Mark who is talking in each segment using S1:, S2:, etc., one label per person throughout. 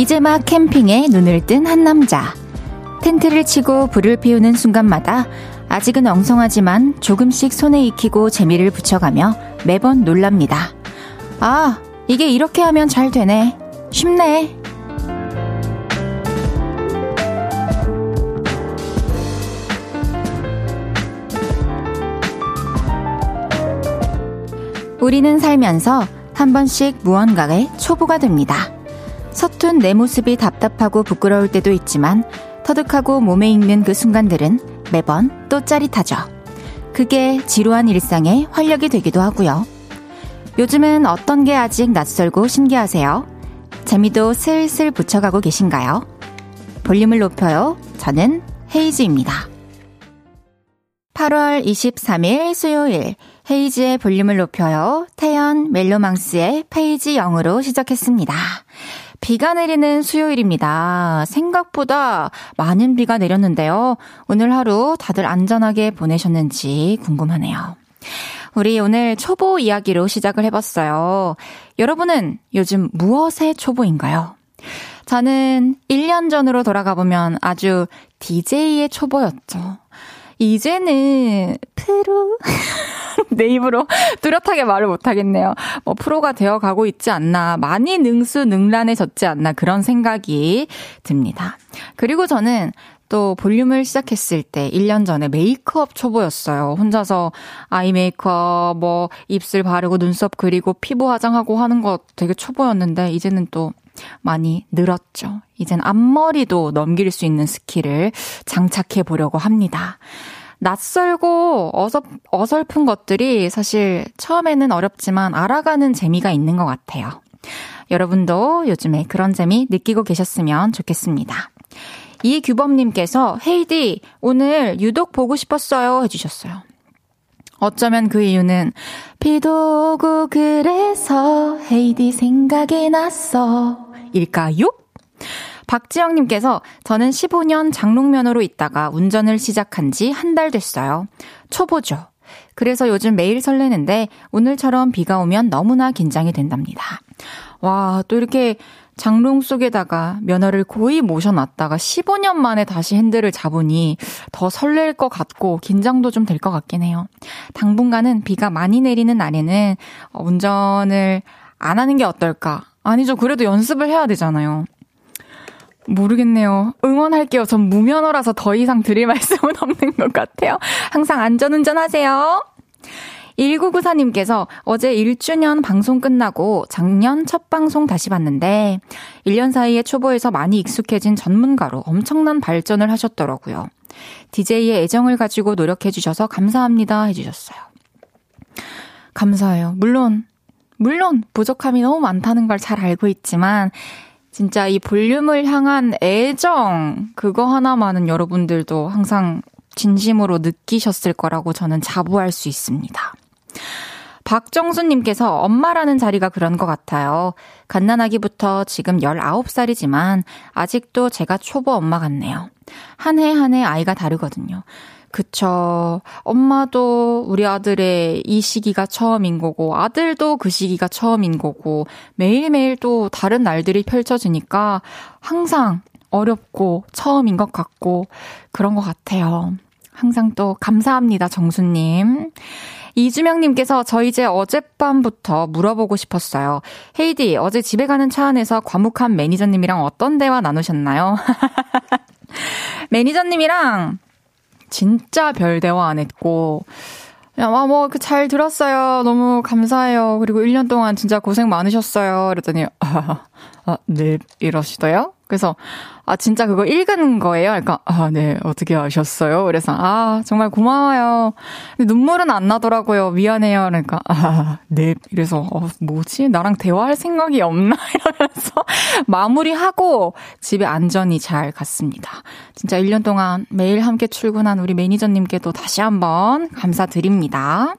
S1: 이제 막 캠핑에 눈을 뜬 한 남자. 텐트를 치고 불을 피우는 순간마다 아직은 엉성하지만 조금씩 손에 익히고 재미를 붙여가며 매번 놀랍니다. 아, 이게 이렇게 하면 잘 되네. 쉽네. 우리는 살면서 한 번씩 무언가의 초보가 됩니다. 서툰 내 모습이 답답하고 부끄러울 때도 있지만 터득하고 몸에 익는 그 순간들은 매번 또 짜릿하죠. 그게 지루한 일상의 활력이 되기도 하고요. 요즘은 어떤 게 아직 낯설고 신기하세요? 재미도 슬슬 붙여가고 계신가요? 볼륨을 높여요. 저는 헤이즈입니다. 8월 23일 수요일 헤이지의 볼륨을 높여요. 태연 멜로망스의 페이지 0으로 시작했습니다. 비가 내리는 수요일입니다. 생각보다 많은 비가 내렸는데요. 오늘 하루 다들 안전하게 보내셨는지 궁금하네요. 우리 오늘 초보 이야기로 시작을 해봤어요. 여러분은 요즘 무엇의 초보인가요? 저는 1년 전으로 돌아가보면 아주 DJ의 초보였죠. 이제는 프로 내 입으로 뚜렷하게 말을 못하겠네요. 뭐 프로가 되어 가고 있지 않나 많이 능수능란해졌지 않나 그런 생각이 듭니다. 그리고 저는 또 볼륨을 시작했을 때 1년 전에 메이크업 초보였어요. 혼자서 아이 메이크업, 뭐 입술 바르고 눈썹 그리고 피부 화장하고 하는 거 되게 초보였는데 이제는 또 많이 늘었죠. 이젠 앞머리도 넘길 수 있는 스킬을 장착해 보려고 합니다. 낯설고 어서, 어설픈 것들이 사실 처음에는 어렵지만 알아가는 재미가 있는 것 같아요. 여러분도 요즘에 그런 재미 느끼고 계셨으면 좋겠습니다. 이규범님께서 헤이디 오늘 유독 보고 싶었어요 해주셨어요. 어쩌면 그 이유는 비도 오고 그래서 헤이디 생각이 났어 일까요? 박지영님께서 저는 15년 장롱면허로 있다가 운전을 시작한 지 한 달 됐어요. 초보죠. 그래서 요즘 매일 설레는데 오늘처럼 비가 오면 너무나 긴장이 된답니다. 와, 또 이렇게 장롱 속에다가 면허를 고이 모셔놨다가 15년 만에 다시 핸들을 잡으니 더 설렐 것 같고 긴장도 좀 될 것 같긴 해요. 당분간은 비가 많이 내리는 날에는 어, 운전을 안 하는 게 어떨까? 아니죠. 그래도 연습을 해야 되잖아요. 모르겠네요. 응원할게요. 전 무면허라서 더 이상 드릴 말씀은 없는 것 같아요. 항상 안전운전 하세요. 1994님께서 어제 1주년 방송 끝나고 작년 첫 방송 다시 봤는데 1년 사이에 초보에서 많이 익숙해진 전문가로 엄청난 발전을 하셨더라고요. DJ의 애정을 가지고 노력해주셔서 감사합니다 해주셨어요. 감사해요. 물론, 물론 부족함이 너무 많다는 걸 잘 알고 있지만 진짜 이 볼륨을 향한 애정, 그거 하나만은 여러분들도 항상 진심으로 느끼셨을 거라고 저는 자부할 수 있습니다. 박정수님께서 엄마라는 자리가 그런 것 같아요. 갓난아기부터 지금 19살이지만 아직도 제가 초보 엄마 같네요. 한 해 한 해 아이가 다르거든요. 그쵸. 엄마도 우리 아들의 이 시기가 처음인 거고, 아들도 그 시기가 처음인 거고, 매일매일 또 다른 날들이 펼쳐지니까 항상 어렵고 처음인 것 같고, 그런 것 같아요. 항상 또 감사합니다, 정수님. 이주명님께서 저 이제 어젯밤부터 물어보고 싶었어요. 헤이디, 어제 집에 가는 차 안에서 과묵한 매니저님이랑 어떤 대화 나누셨나요? 매니저님이랑 진짜 별 대화 안 했고, 그냥, 아, 뭐, 그, 잘 들었어요. 너무 감사해요. 그리고 1년 동안 진짜 고생 많으셨어요. 그랬더니, 아, 아 네, 이러시더요? 그래서, 아, 진짜 그거 읽은 거예요? 그러니까, 아, 네, 어떻게 아셨어요? 그래서, 아, 정말 고마워요. 근데 눈물은 안 나더라고요. 미안해요. 그러니까, 아, 네. 이래서, 어, 뭐지? 나랑 대화할 생각이 없나? 이러면서 마무리하고 집에 안전히 잘 갔습니다. 진짜 1년 동안 매일 함께 출근한 우리 매니저님께도 다시 한번 감사드립니다.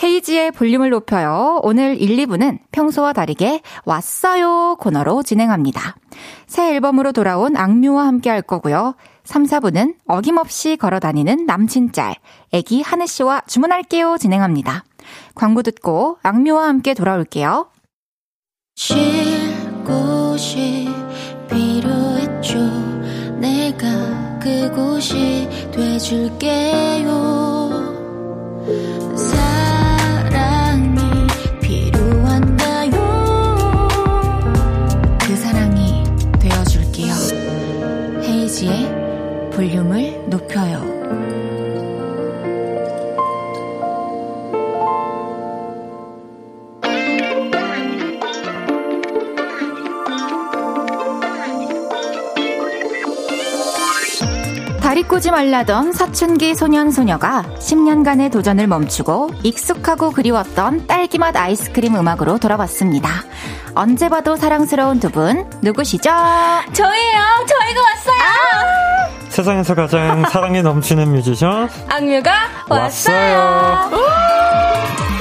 S1: 헤이지의 볼륨을 높여요. 오늘 1, 2부는 평소와 다르게 왔어요 코너로 진행합니다. 새 앨범으로 돌아온 악뮤와 함께 할 거고요. 3, 4부는 어김없이 걸어 다니는 남친짤, 애기 하늘씨와 주문할게요 진행합니다. 광고 듣고 악뮤와 함께 돌아올게요.
S2: 곳이 필요했죠. 내가 그곳이 돼줄게요. 사랑이 필요한가요?
S1: 그 사랑이 되어줄게요. 헤이지의 볼륨을 높여요. 다리 꼬지 말라던 사춘기 소년소녀가 10년간의 도전을 멈추고 익숙하고 그리웠던 딸기맛 아이스크림 음악으로 돌아왔습니다. 언제 봐도 사랑스러운 두 분, 누구시죠?
S3: 어, 저예요. 저희가 왔어요.
S4: 세상에서 가장 사랑이 넘치는 뮤지션
S3: 악뮤가 왔어요.
S4: 왔어요.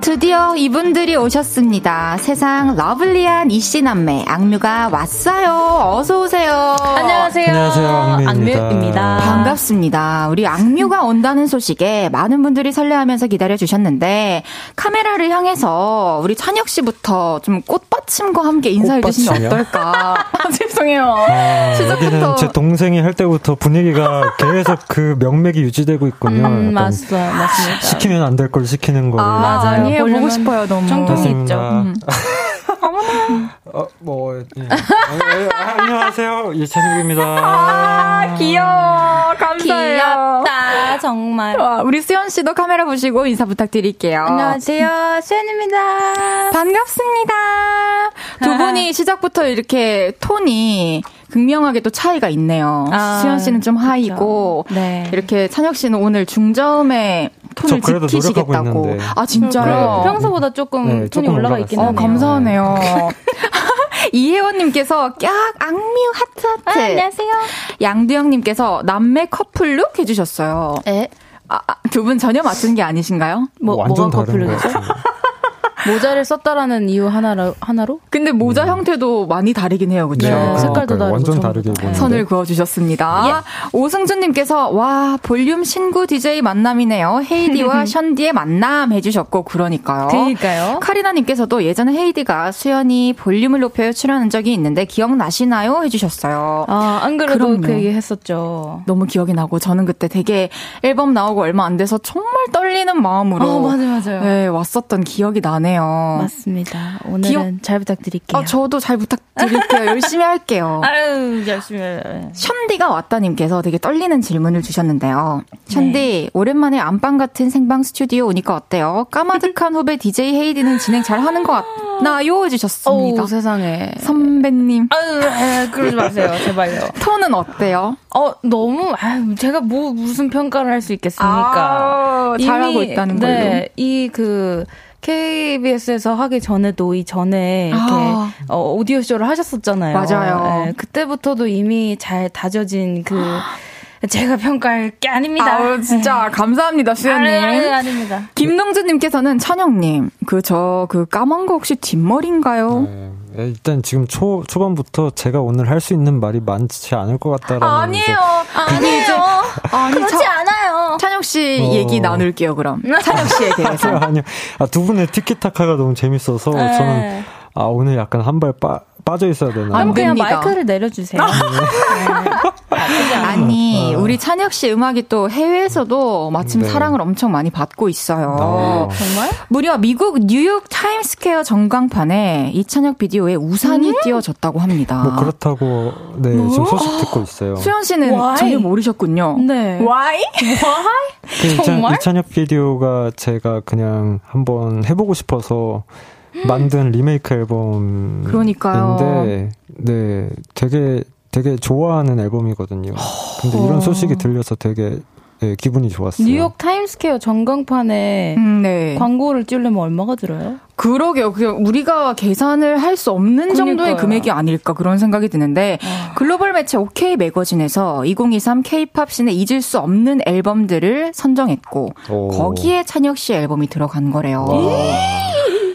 S1: 드디어 이분들이 오셨습니다. 세상 러블리한 이씨 남매, 악뮤가 왔어요. 어서오세요.
S3: 안녕하세요.
S4: 안녕하세요, 악뮤입니다.
S3: 악뮤입니다.
S1: 반갑습니다. 우리 악뮤가 온다는 소식에 많은 분들이 설레하면서 기다려주셨는데, 카메라를 향해서 우리 찬혁 씨부터 좀 꽃받침과 함께 인사해주시면
S4: 꽃받침이요?
S1: 어떨까. 아, 죄송해요.
S4: 아,
S1: 시작부터.
S4: 여기는 제 동생이 할 때부터 분위기가 계속 그 명맥이 유지되고 있군요.
S3: 음,
S4: 약간
S3: 맞습니다. 맞습니다.
S4: 시키면 안 될 걸 시키는 음, 거.
S1: 아,
S3: 맞아요.
S1: 아니에요. 보고
S3: 볼륨은
S1: 싶어요, 너무.
S3: 정통이 있죠.
S4: 음. 어머나. 어, 뭐, 예. 아, 예. 아, 안녕하세요. 이찬욱입니다.
S3: 아,
S1: 귀여워. 어, 감사해요.
S3: 귀엽다. 정말.
S1: 와, 우리 수현 씨도 카메라 보시고 인사 부탁드릴게요.
S3: 안녕하세요. 수현입니다.
S1: 반갑습니다.
S3: 아.
S1: 두 분이 시작부터 이렇게 톤이 극명하게 또 차이가 있네요.
S3: 아,
S1: 수현 씨는 좀 하이고
S3: 네.
S1: 이렇게 찬혁 씨는 오늘 중저음의 톤을
S4: 저 그래도 노력하고
S1: 지키시겠다고.
S4: 있는데.
S1: 아 진짜요?
S4: 네.
S3: 평소보다 조금
S4: 네,
S3: 톤이
S4: 조금
S3: 올라가
S4: 올라갔어요.
S3: 있긴
S1: 어
S3: 하네요.
S4: 감사-
S1: 감사하네요. 이혜원님께서 깍 악뮤 하트
S3: 아,
S1: 하트.
S3: 안녕하세요.
S1: 양두영님께서 남매 커플룩 해주셨어요.
S3: 에?
S1: 아, 두 분 전혀 맞춘 게 아니신가요?
S3: 뭐,
S4: 완전
S3: 뭐가
S4: 다른 거
S3: 커플룩이죠?
S4: 같은데.
S3: 모자를 썼다라는 이유 하나로? 하나로?
S1: 근데 모자
S4: 음.
S1: 형태도 많이 다르긴 해요, 그렇죠?
S3: 네,
S4: 그러니까요.
S3: 색깔도 다르고
S4: 완전
S3: 좀-
S4: 다르게 보는데.
S1: 선을 그어주셨습니다. 오승준님께서 와 볼륨 신구 DJ 만남이네요. 헤이디와 션디의 만남 해주셨고
S3: 어?
S1: 그러니까요.
S3: 그니까요.
S1: 어? 카리나님께서도 예전에 헤이디가 수연이 볼륨을 높여 출연한 적이 있는데 기억나시나요? 해주셨어요.
S3: 아, 안 그래도
S1: 그럼요.
S3: 그 얘기 했었죠.
S1: 너무 기억이 나고 저는 그때 되게 앨범 나오고 얼마 안 돼서 정말 떨리는 마음으로
S3: 어, 맞아요, 맞아요.
S1: 네, 왔었던 기억이 나네요.
S3: 맞습니다. 오늘은
S1: 기억-
S3: 잘 부탁드릴게요.
S1: 아, 저도 잘 부탁드릴게요. 열심히 할게요.
S3: 어, 아유, 열심히. 해요. 네.
S1: 션디가 왔다님께서 되게 떨리는 질문을 주셨는데요. 션디, 오랜만에 안방 같은 생방 스튜디오 오니까 어때요? 까마득한 후배 DJ 헤이디는 진행 잘 하는 것 같나요? 해주셨습니다.
S3: 어우, 세상에.
S1: 선배님,
S3: 아유, 아유, 그러지 마세요. 제발요.
S1: 톤은 어때요?
S3: 어, 너무, 아유, 제가 뭐, 무슨 평가를 할 수 있겠습니까?
S1: 아, 잘하고 있다는 걸로.
S3: 네, 이 그, KBS에서 하기 전에도 이 전에 이렇게
S1: 아.
S3: 어, 오디오 쇼를 하셨었잖아요.
S1: 맞아요.
S3: 예, 그때부터도 이미 잘 다져진 그 제가 평가할 게 아닙니다. 네.
S1: 아우, 진짜 감사합니다, 수연님.
S3: 아니, 아닙니다
S1: 김농주님께서는 찬영님, 그, 저, 그 까만 거 혹시 뒷머리인가요?
S4: 네, 일단 지금 초, 초반부터 제가 오늘 할 수 있는 말이 많지 않을 것 같다라는. 이제
S1: 아, 아니, 이제, 아니,
S3: 그렇지 않아요.
S1: 찬혁 씨
S4: 어.
S1: 얘기 나눌게요, 그럼. 찬혁 씨에 대해서.
S4: 아니요. 아, 두 분의 티키타카가 너무 재밌어서
S3: 네.
S4: 저는 아, 오늘 약간 한 발 빠져 있어야 되나.
S1: 아니,
S3: 그럼 그냥
S1: 됩니다. 아.
S3: 마이크를 내려주세요.
S1: 아니, 우리 찬혁 씨 음악이 또 해외에서도 마침
S4: 어, 네.
S1: 사랑을 엄청 많이 받고 있어요.
S4: 어.
S3: 정말?
S1: 무려 미국 뉴욕 타임스퀘어 전광판에 이찬혁 비디오에
S3: 음?
S1: 우산이 띄워졌다고 합니다.
S4: 뭐 그렇다고 네, 지금 소식 듣고 있어요.
S1: 뭐? 아, 수현 씨는
S3: Why?
S1: 전혀 모르셨군요.
S3: 네.
S1: Why?
S4: 그
S3: 정말?
S4: 이찬, 이찬혁 비디오가 제가 그냥 한번 해보고 싶어서 만든 리메이크 앨범인데,
S1: 그러니까요.
S4: 네, 되게 되게 좋아하는 앨범이거든요.
S1: 어.
S4: 근데 이런 소식이 들려서 되게 네, 기분이 좋았어요.
S3: 뉴욕 타임스퀘어 전광판에
S1: 음, 네.
S3: 광고를 찌르면 얼마가 들어요?
S1: 그러게요. 그 우리가 계산을 할 수 없는 정도의
S3: 그러니까요.
S1: 금액이 아닐까 그런 생각이 드는데 글로벌 매체 OK 매거진에서 2023 K-팝 씬에 잊을 수 없는 앨범들을 선정했고
S4: 오.
S1: 거기에 찬혁 씨 앨범이 들어간 거래요.
S4: 와.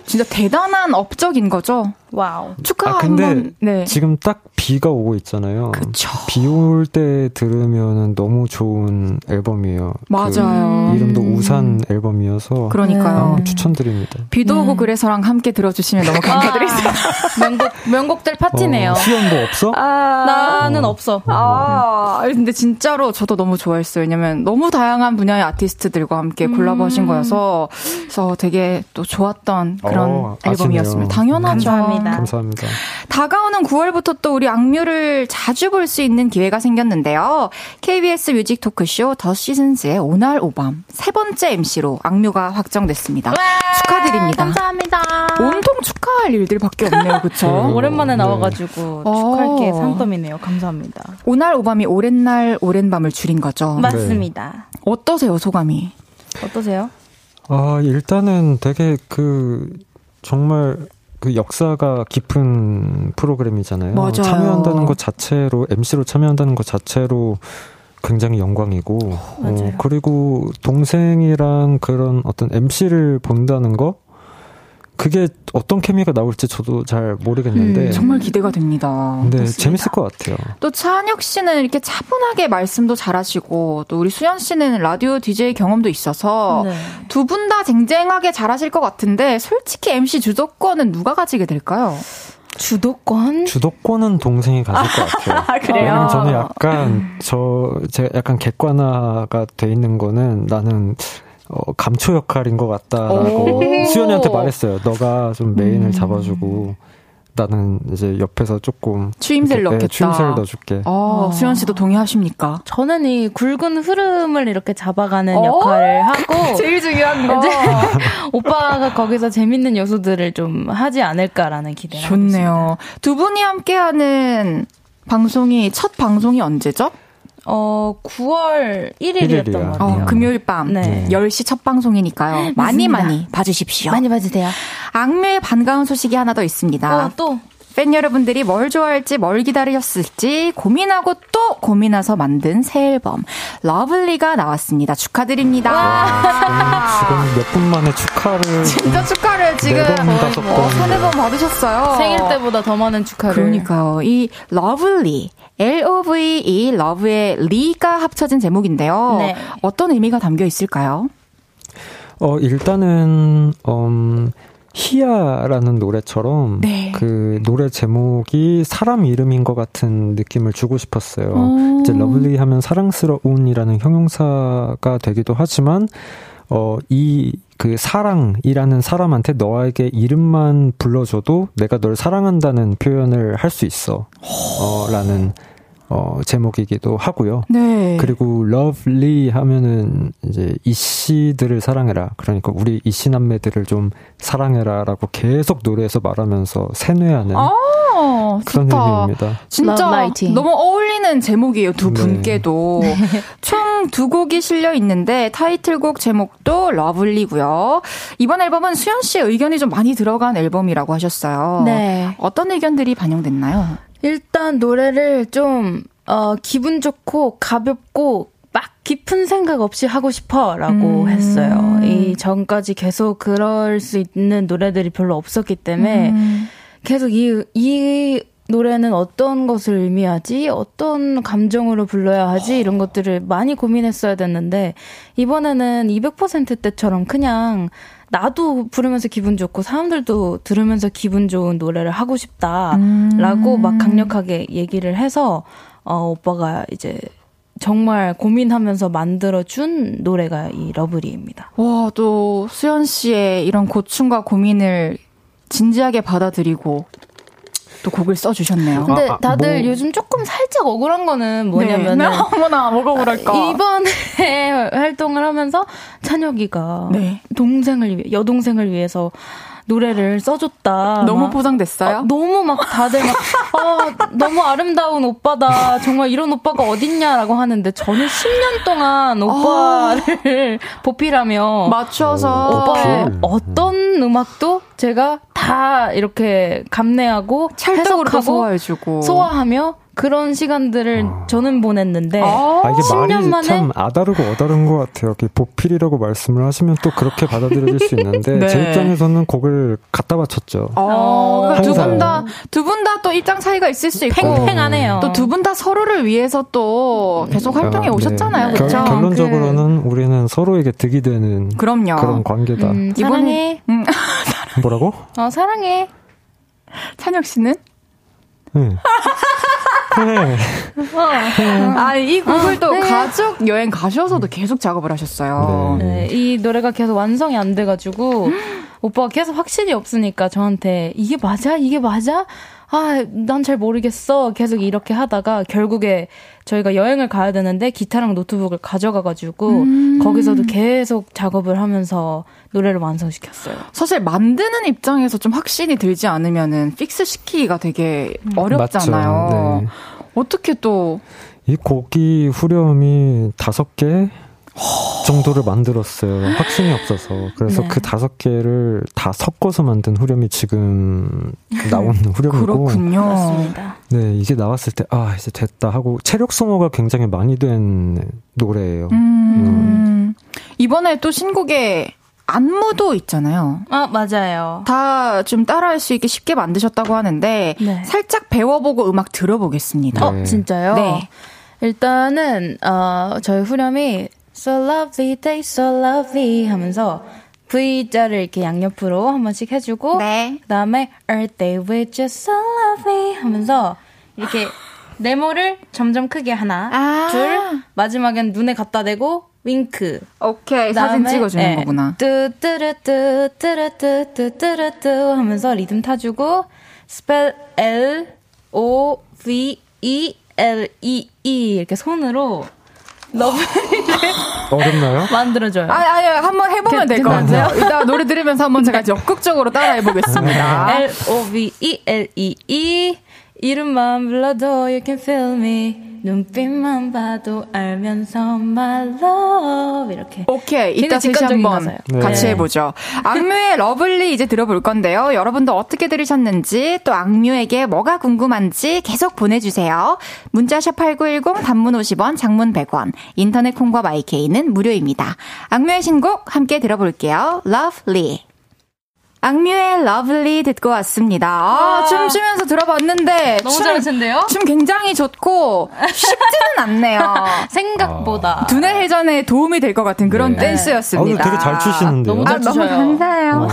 S1: 진짜 대단한 업적인 거죠.
S3: 와우.
S1: 축하
S4: 아, 근데
S1: 한번 네.
S4: 지금 딱 비가 오고 있잖아요.
S1: 그쵸.
S4: 비 올 때 들으면 너무 좋은 앨범이에요. 그
S1: 맞아요.
S3: 음.
S4: 이름도 우산 앨범이어서
S1: 그러니까요.
S3: 네.
S4: 어, 추천드립니다.
S1: 비도 오고
S3: 음.
S1: 그래서랑 함께 들어주시면 너무 감사드리겠습니다.
S3: 아, 명곡 명곡들 파티네요.
S4: 어, 수염도 없어?
S3: 나는
S4: 어.
S3: 없어.
S1: 아, 근데 진짜로 저도 너무 좋아했어요. 왜냐면 너무 다양한 분야의 아티스트들과 함께
S3: 음.
S1: 콜라보 하신 거여서, 그래서 되게 또 좋았던 그런
S4: 어, 아시네요.
S1: 앨범이었습니다. 당연하죠.
S3: 감사합니다.
S4: 감사합니다.
S1: 다가오는 9월부터 또 우리 악뮤를 자주 볼 수 있는 기회가 생겼는데요. KBS 뮤직 토크쇼 더 시즌즈의 오늘 오밤 세 번째 MC로 악뮤가 확정됐습니다. 축하드립니다.
S3: 감사합니다.
S1: 온통 축하할 일들밖에 없네요, 그쵸?
S4: 음.
S3: 오랜만에
S4: 네.
S3: 나와가지고
S1: 어.
S3: 축하할 게 상금이네요. 감사합니다.
S1: 오늘 오밤이 오랜 날 오랜 밤을 줄인 거죠.
S3: 맞습니다.
S1: 어떠세요, 소감이?
S3: 어떠세요?
S4: 아, 일단은 되게 그 정말 그 역사가 깊은 프로그램이잖아요.
S1: 맞아요.
S4: 참여한다는 것 자체로 MC로 참여한다는 것 자체로 굉장히 영광이고 어,
S3: 맞아요.
S4: 그리고 동생이랑 그런 어떤 MC를 본다는 거 그게 어떤 케미가 나올지 저도 잘 모르겠는데
S3: 음,
S1: 정말
S4: 네.
S1: 기대가 됩니다.
S4: 근데
S1: 그렇습니다.
S4: 재밌을 것 같아요.
S1: 또 찬혁 씨는 이렇게 차분하게 말씀도 잘하시고 또 우리 수현 씨는 라디오 DJ 경험도 있어서
S3: 네.
S1: 두 분 다 쟁쟁하게 잘하실 것 같은데 솔직히 MC 주도권은 누가 가지게 될까요?
S3: 주도권?
S4: 주도권은 동생이 가질 것 같아요.
S3: 아 그래요?
S4: 왜냐면 저는 약간 저 제가 약간 객관화가 돼 있는 거는 나는 어, 감초 역할인 것
S1: 오. 음.
S4: 같다라고 수연이한테 말했어요. 너가 좀 메인을 잡아주고 나는 이제 옆에서 조금
S1: 추임새를
S4: 이렇게, 네,
S1: 넣겠다.
S4: 추임새를 넣어줄게.
S1: 어,
S3: 어.
S1: 수현 씨도 동의하십니까?
S3: 저는 이 굵은 흐름을 이렇게 잡아가는
S1: 어?
S3: 역할을 하고
S1: 제일 중요한
S3: 거. 오빠가 거기서 재밌는 요소들을 좀 하지 않을까라는 기대.
S1: 좋네요. 두 분이 함께하는 방송이 첫 방송이 언제죠?
S3: 어 9월 1일이었던
S4: 일일이야.
S3: 것
S1: 어,
S3: 같아요.
S4: 아니요.
S1: 금요일 밤
S3: 네.
S1: 10시 첫 방송이니까요. 많이
S3: 맞습니다.
S1: 많이 봐주십시오.
S3: 많이 봐주세요.
S1: 악뮤의 반가운 소식이 하나 더 있습니다.
S3: 어, 또
S1: 팬 여러분들이 뭘 좋아할지 뭘 기다리셨을지 고민하고 또 고민해서 만든 새 앨범 러블리가 나왔습니다. 축하드립니다.
S4: 음, 지금 몇 분 만에 축하를
S1: 진짜 축하를 지금
S4: 네번
S1: 거의
S4: 다섯
S1: 뭐
S4: 번.
S1: 서너 번 받으셨어요.
S3: 생일 때보다 더 많은 축하를.
S1: 그러니까요. 이 러블리 L-O-V-E E, 러브의 리가 합쳐진 제목인데요.
S3: 네.
S1: 어떤 의미가 담겨 있을까요?
S4: 어 일단은 음 희야라는 노래처럼
S1: 네.
S4: 그 노래 제목이 사람 이름인 것 같은 느낌을 주고 싶었어요. 이제 러블리 하면 사랑스러운이라는 형용사가 되기도 하지만 어 이 그 사랑이라는 사람한테 너에게 이름만 불러줘도 내가 널 사랑한다는 표현을 할 수 있어. 어라는 어 제목이기도 하고요.
S1: 네.
S4: 그리고 lovely 하면은 이제 이씨들을 사랑해라. 그러니까 우리 이씨 남매들을 좀 사랑해라라고 계속 노래에서 말하면서 세뇌하는
S1: 어,
S4: 그런
S1: 좋다.
S4: 의미입니다.
S1: 진짜
S3: Love Lighting.
S1: 너무 어울리는 제목이에요 두
S4: 네.
S1: 분께도 총 두 곡이 실려 있는데 타이틀곡 제목도 러블리고요 이번 앨범은 수현 씨의 의견이 좀 많이 들어간 앨범이라고 하셨어요.
S3: 네.
S1: 어떤 의견들이 반영됐나요?
S3: 일단 노래를 좀 어, 기분 좋고 가볍고 막 깊은 생각 없이 하고 싶어라고
S1: 음.
S3: 했어요. 이 전까지 계속 그럴 수 있는 노래들이 별로 없었기 때문에
S1: 음.
S3: 계속 이, 이 노래는 어떤 것을 의미하지? 어떤 감정으로 불러야 하지? 이런 것들을 많이 고민했어야 됐는데, 이번에는 200% 때처럼 그냥 나도 부르면서 기분 좋고, 사람들도 들으면서 기분 좋은 노래를 하고 싶다. 라고 막 강력하게 얘기를 해서, 어, 오빠가 이제 정말 고민하면서 만들어준 노래가 이 러브리입니다.
S1: 와, 또 수현 씨의 이런 고충과 고민을 진지하게 받아들이고 또 곡을 써주셨네요.
S4: 아,
S3: 근데
S4: 아,
S3: 다들
S4: 뭐-
S3: 요즘 조금 살짝 억울한 거는 뭐냐면은 아,
S1: 네. 어머나 뭐가 그럴까?
S3: 이번에 활동을 하면서 찬혁이가
S1: 네.
S3: 동생을 위해 여동생을 위해서 노래를 써줬다.
S1: 너무
S3: 막,
S1: 포장됐어요?
S3: 어, 너무 막 다들 막 아, 너무 아름다운 오빠다. 정말 이런 오빠가 어딨냐라고 하는데 저는 10년 동안 오빠를 보필하며
S1: 맞춰서
S4: 어,
S3: 오빠의
S4: 음.
S3: 어떤 음악도 제가 다 다 이렇게 감내하고
S1: 찰떡으로
S3: 해석하고
S1: 소화해주고.
S3: 소화하며 그런 시간들을 저는 보냈는데
S1: 아,
S4: 아, 이게
S3: 10년
S4: 말이
S3: 만에?
S4: 참 아다르고 어다른 것 같아요. 이렇게 보필이라고 말씀을 하시면 또 그렇게 받아들여질 수 있는데
S1: 네.
S4: 제 입장에서는 곡을 갖다 바쳤죠.
S1: 어,
S4: 항상.
S1: 두분 다 두 분 다 또 입장 차이가 있을 수 있고
S3: 팽팽하네요.
S1: 또 두 분 다 서로를 위해서 또 계속 활동해
S4: 아, 네.
S1: 오셨잖아요.
S4: 결-
S1: 그렇죠?
S4: 결론적으로는 우리는 서로에게 득이 되는
S1: 그럼요.
S4: 그런 관계다.
S3: 음,
S1: 이번-
S3: 사랑해.
S1: 음,
S4: 뭐라고?
S3: 어, 사랑해.
S1: 찬혁 씨는?
S4: 응. 그래.
S1: 아, 이 곡을 또
S3: 네.
S1: 가족 여행 가셔서도 계속 작업을 하셨어요.
S4: 네.
S3: 네, 이 노래가 계속 완성이 안 돼가지고 오빠가 계속 확신이 없으니까 저한테 이게 맞아? 이게 맞아? 아, 난 잘 모르겠어. 계속 이렇게 하다가 결국에 저희가 여행을 가야 되는데 기타랑 노트북을 가져가가지고 거기서도 계속 작업을 하면서 노래를 완성시켰어요.
S1: 사실 만드는 입장에서 좀 확신이 들지 않으면은 픽스 시키기가 되게 어렵잖아요.
S4: 맞죠. 네.
S1: 어떻게 또
S4: 이 고기 후렴이 다섯 개 정도를 만들었어요. 확신이 없어서. 그래서
S3: 네.
S4: 그 다섯 개를 다 섞어서 만든 후렴이 지금 나온 후렴이고.
S3: 어.
S1: 그렇군요.
S3: 맞습니다.
S4: 네, 이게 나왔을 때, 아, 이제 됐다 하고, 체력 소모가 굉장히 많이 된 노래예요.
S1: 음. 이번에 또 신곡에 안무도 있잖아요.
S3: 아, 맞아요.
S1: 다 좀 따라할 수 있게 쉽게 만드셨다고 하는데
S3: 네.
S1: 살짝 배워보고 음악 들어보겠습니다.
S3: 어,
S4: 네.
S3: 진짜요?
S1: 네.
S3: 일단은 어, 저희 후렴이 so lovely day so lovely 하면서 V자를 이렇게 양옆으로 한 번씩 해주고
S1: 네.
S3: 그다음에 Earth Day with you so lovely 하면서 이렇게 네모를 점점 크게 하나
S1: 아.
S3: 둘 마지막엔 눈에 갖다 대고 윙크
S1: 오케이 사진 찍어주는 거구나.
S3: 네. 뚜뚜르뚜 뚜르뚜 뚜뚜르뚜 하면서 리듬 타주고 스펠 L O V E L E E 이렇게 손으로 러브리를
S4: 어렵나요?
S3: 만들어줘요.
S1: 아, 아니, 한번 해보면 될 것
S3: 네. 그 괜찮아요?
S1: 같아요. 이따 노래 들으면서 한번 제가 적극적으로 따라해보겠습니다.
S3: L O V E L E E 이름만 불러도 you can feel me 눈빛만 봐도 알면서 my love 이렇게
S1: 오케이, 이따
S3: 굉장히
S1: 셋이
S3: 직관적인
S1: 한번
S3: 가사예요.
S1: 같이
S4: 네.
S1: 해보죠. 악뮤의 러블리 이제 들어볼 건데요. 여러분도 어떻게 들으셨는지, 또 악뮤에게 뭐가 궁금한지 계속 보내주세요. 문자샵 8910, 단문 50원, 장문 100원, 인터넷 콩과 마이케이는 무료입니다. 악뮤의 신곡 함께 들어볼게요. 러블리. 악뮤의 러블리 듣고 왔습니다. 아,
S3: 와.
S1: 춤추면서 들어봤는데
S3: 너무
S1: 춤-
S3: 잘 춘데요?
S1: 춤 굉장히 좋고 쉽지는 않네요.
S3: 생각보다
S1: 두뇌 회전에 도움이 될 것 같은 그런
S4: 네.
S1: 댄스였습니다.
S4: 아, 오늘 되게 잘 추시는데요.
S3: 너무
S1: 아,
S3: 잘
S1: 너무
S3: 추셔요.
S1: 감사해요.
S4: 어.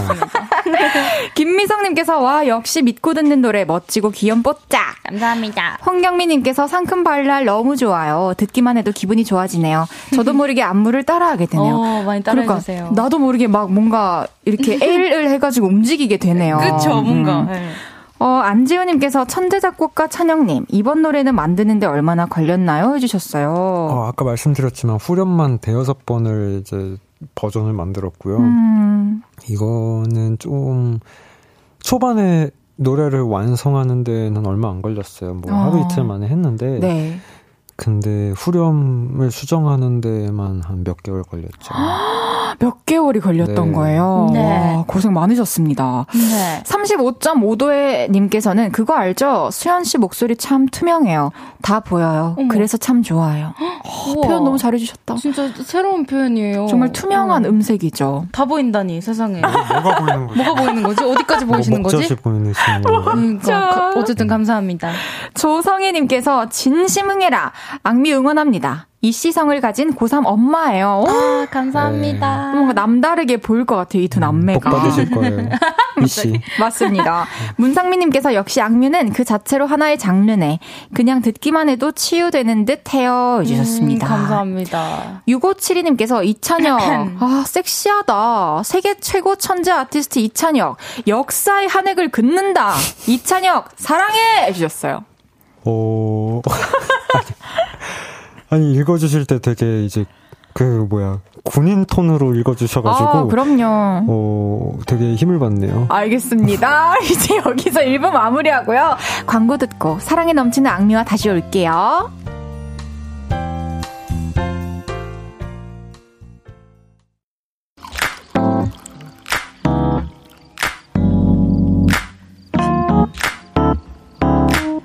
S1: 김미성님께서 와 역시 믿고 듣는 노래 멋지고 귀염뽀짝.
S3: 감사합니다.
S1: 홍경민님께서 상큼 발랄 너무 좋아요. 듣기만 해도 기분이 좋아지네요. 저도 모르게 안무를 따라하게 되네요.
S3: 어, 많이 따라해주세요.
S1: 그러니까 나도 모르게 막 뭔가 이렇게 L을 해가지고 움직이게 되네요.
S3: 그쵸 뭔가
S1: 음. 어, 안지우님께서 천재 작곡가 찬영님 이번 노래는 만드는데 얼마나 걸렸나요? 해주셨어요.
S4: 어, 아까 말씀드렸지만 후렴만 대여섯 번을 이제 버전을 만들었고요.
S1: 음,
S4: 이거는 좀 초반에 노래를 완성하는 데는 얼마 안 걸렸어요. 뭐
S1: 어.
S4: 하루 이틀 만에 했는데
S1: 네.
S4: 근데 후렴을 수정하는 데만 한 몇 개월 걸렸죠.
S1: 몇 개월이 걸렸던
S4: 네.
S1: 거예요.
S3: 네.
S1: 와, 고생 많으셨습니다.
S3: 네.
S1: 35.5도의 님께서는 그거 알죠? 수현 씨 목소리 참 투명해요. 다 보여요.
S3: 어머.
S1: 그래서 참 좋아요.
S3: 우와.
S1: 표현 너무 잘해주셨다.
S3: 어, 진짜 새로운 표현이에요.
S1: 정말
S3: 어.
S1: 투명한 음색이죠.
S3: 다 보인다니 세상에.
S4: 뭐가 보이는 거죠? 뭐
S3: 뭐가 보이는 거지? 어디까지 보이시는 거지?
S4: 목젖이 보이는 거예요.
S3: 그러니까 가- 어쨌든 감사합니다.
S1: 조성희님께서 진심흥해라. 악미 응원합니다. 이씨성을 가진 고3 엄마예요. 어?
S3: 아 감사합니다. 음,
S1: 뭔가 남다르게 보일 것 같아요. 이 두
S4: 음, 복
S1: 남매가.
S4: 받으실 거예요. 이씨.
S1: 맞습니다. 문상민님께서 역시 악뮤는 그 자체로 하나의 장르네. 그냥 듣기만 해도 치유되는 듯 해요. 해주셨습니다.
S3: 음, 감사합니다.
S1: 6572님께서 이찬혁, 아, 섹시하다. 세계 최고 천재 아티스트 이찬혁, 역사의 한 획을 긋는다. 이찬혁, 사랑해! 해주셨어요.
S4: 오. 아니, 아니, 읽어주실 때 되게 이제 그 뭐야 군인 톤으로 읽어주셔가지고
S1: 아, 그럼요.
S4: 어, 되게 힘을 받네요.
S1: 알겠습니다. 이제 여기서 1부 마무리하고요. 광고 듣고 사랑에 넘치는 악뮤와 다시 올게요.
S5: 예.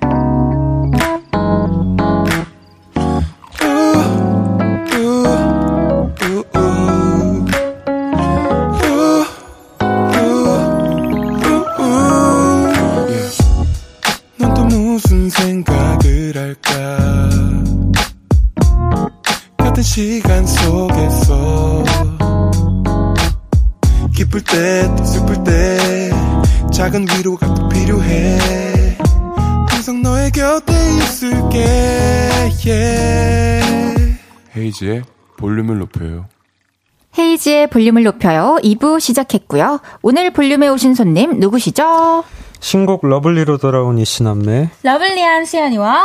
S5: 무슨 생각을 할까 같은 시간 속에서 기쁠 때 또 슬플 때 작은 위로가 또 필요해 항상 너의 곁에 있을게 예. yeah. 헤이지의 볼륨을 높여요
S1: 헤이지의 볼륨을 높여요. 2부 시작했고요. 오늘 볼륨에 오신 손님 누구시죠?
S4: 신곡 러블리로 돌아온 이씨남매
S3: 러블리한 시연이와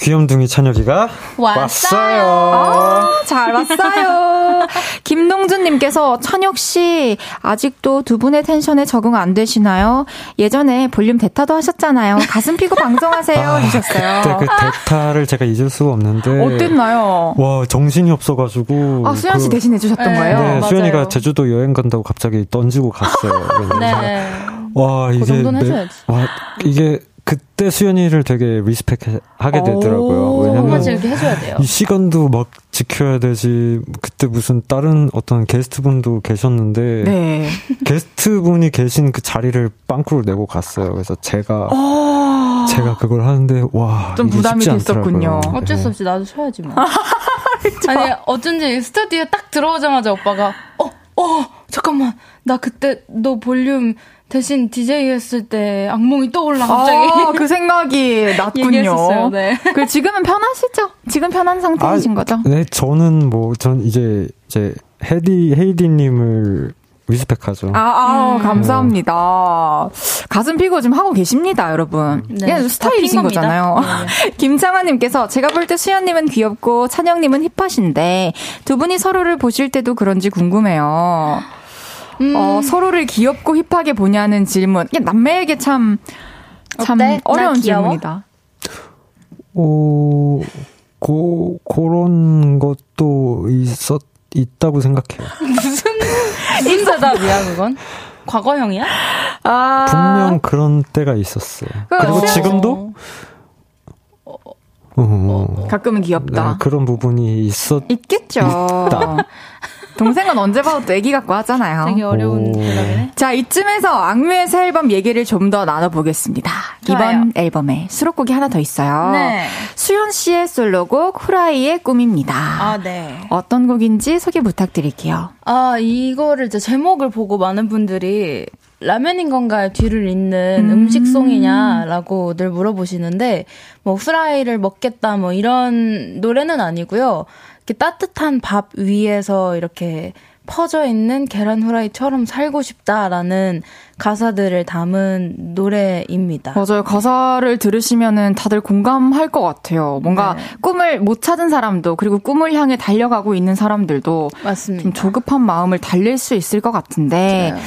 S4: 귀염둥이 찬혁이가
S3: 왔어요.
S4: 왔어요.
S1: 아, 잘 왔어요. 김동준님께서 천혁 씨 아직도 두 분의 텐션에 적응 안 되시나요? 예전에 볼륨 대타도 하셨잖아요. 가슴 피고 방송하세요.
S4: 아,
S1: 하셨어요.
S4: 그때 그 대타를 제가 잊을 수가 없는데
S1: 어땠나요?
S4: 와 정신이 없어가지고
S1: 아 수현 씨
S4: 그-
S1: 대신해 주셨던
S3: 네.
S1: 거예요?
S4: 네,
S3: 맞아요.
S4: 수현이가 제주도 여행 간다고 갑자기 던지고 갔어요. 그래서
S3: 네.
S4: 와 이게
S3: 정도는
S4: 매-
S3: 해줘야지.
S4: 와 이게 그때 수현이를 되게 리스펙하게 되더라고요.
S1: 오,
S4: 왜냐면
S3: 정말 즐게 해줘야 돼요.
S4: 이 시간도 막 지켜야 되지. 그때 무슨 다른 어떤 게스트분도 계셨는데
S1: 네.
S4: 게스트분이 계신 그 자리를 빵꾸를 내고 갔어요. 그래서 제가
S1: 어,
S3: 아.
S4: 제가 그걸 하는데 와
S1: 좀
S4: 이게
S1: 부담이
S4: 쉽지 않더라고요.
S1: 됐었군요.
S3: 어쩔 수
S4: 네.
S3: 없이 나도 쉬어야지 뭐. 아니 어쩐지 스튜디오에 딱 들어오자마자 오빠가 어, 어, 잠깐만 나 그때 너 볼륨 대신 DJ 했을 때 악몽이 떠올라 갑자기
S1: 아, 그 생각이 났군요.
S3: 얘기했었어요. 네.
S1: 그 지금은 편하시죠? 지금 편한 상태이신
S3: 아,
S1: 거죠?
S3: 그
S4: 네, 저는 뭐 전 이제 이제 헤디 헤이디님을 리스펙하죠.
S1: 아, 아
S3: 음.
S1: 감사합니다. 가슴 피고 지금 하고 계십니다, 여러분.
S3: 네,
S1: 그냥
S3: 다
S1: 예, 스타일이신
S3: 핀 겁니다.
S1: 거잖아요.
S3: 네,
S1: 김창아님께서 제가 볼 때 수현님은 귀엽고 찬영님은 힙하신데 두 분이 서로를 보실 때도 그런지 궁금해요.
S3: 음,
S1: 어, 서로를 귀엽고 힙하게 보냐는 질문. 이게 남매에게 참, 참
S3: 어때? 나
S1: 어려운
S3: 귀여워?
S1: 질문이다.
S4: 오, 고, 그런 것도 있었, 있다고 생각해요.
S3: 무슨 인사답이야 그건? 과거형이야?
S1: 아,
S4: 분명 그런 때가 있었어요.
S1: 그
S4: 그리고
S1: 수현-
S4: 지금도? 어, 어,
S1: 가끔은
S4: 네,
S1: 귀엽다.
S4: 그런 부분이 있었,
S1: 있겠죠. 동생은 언제 봐도 또 애기 같고 하잖아요.
S3: 되게 어려운
S4: 오.
S3: 대답이네.
S1: 자, 이쯤에서 악뮤의 새 앨범 얘기를 좀 더 나눠보겠습니다.
S3: 좋아요.
S1: 이번 앨범에 수록곡이 하나 더 있어요.
S3: 네.
S1: 수현 씨의 솔로곡 후라이의 꿈입니다.
S3: 아 네.
S1: 어떤 곡인지 소개 부탁드릴게요.
S3: 아, 이거를 이제 제목을 보고 많은 분들이 라면인 건가요? 뒤를 잇는 음. 식송이냐라고늘 물어보시는데, 뭐, 후라이를 먹겠다, 뭐, 이런 노래는 아니고요. 이렇게 따뜻한 밥 위에서 이렇게 퍼져 있는 계란 후라이처럼 살고 싶다라는 가사들을 담은 노래입니다.
S1: 맞아요. 가사를 들으시면은 다들 공감할 것 같아요. 뭔가
S3: 네.
S1: 꿈을 못 찾은 사람도 그리고 꿈을 향해 달려가고 있는 사람들도
S3: 맞습니다.
S1: 좀 조급한 마음을 달랠 수 있을 것 같은데
S3: 맞아요.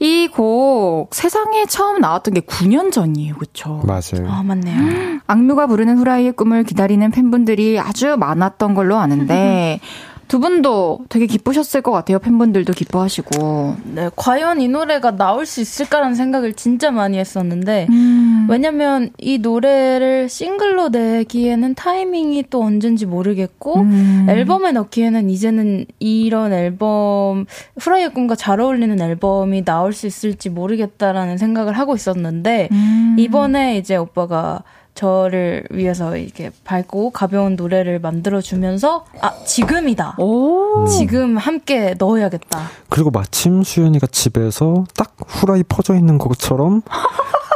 S1: 이 곡 세상에 처음 나왔던 게 9년 전이에요. 그렇죠?
S4: 맞아요.
S3: 아, 맞네요.
S1: 악뮤가 부르는 후라이의 꿈을 기다리는 팬분들이 아주 많았던 걸로 아는데 두 분도 되게 기쁘셨을 것 같아요. 팬분들도 기뻐하시고.
S3: 네, 과연 이 노래가 나올 수 있을까라는 생각을 진짜 많이 했었는데,
S1: 음.
S3: 왜냐면 이 노래를 싱글로 내기에는 타이밍이 또 언젠지 모르겠고
S1: 음.
S3: 앨범에 넣기에는 이제는 이런 앨범 후라이의 꿈과 잘 어울리는 앨범이 나올 수 있을지 모르겠다라는 생각을 하고 있었는데
S1: 음.
S3: 이번에 이제 오빠가 저를 위해서 이렇게 밝고 가벼운 노래를 만들어 주면서 아 지금이다
S1: 오.
S3: 지금 함께 넣어야겠다
S4: 그리고 마침 수현이가 집에서 딱 후라이 퍼져 있는 것처럼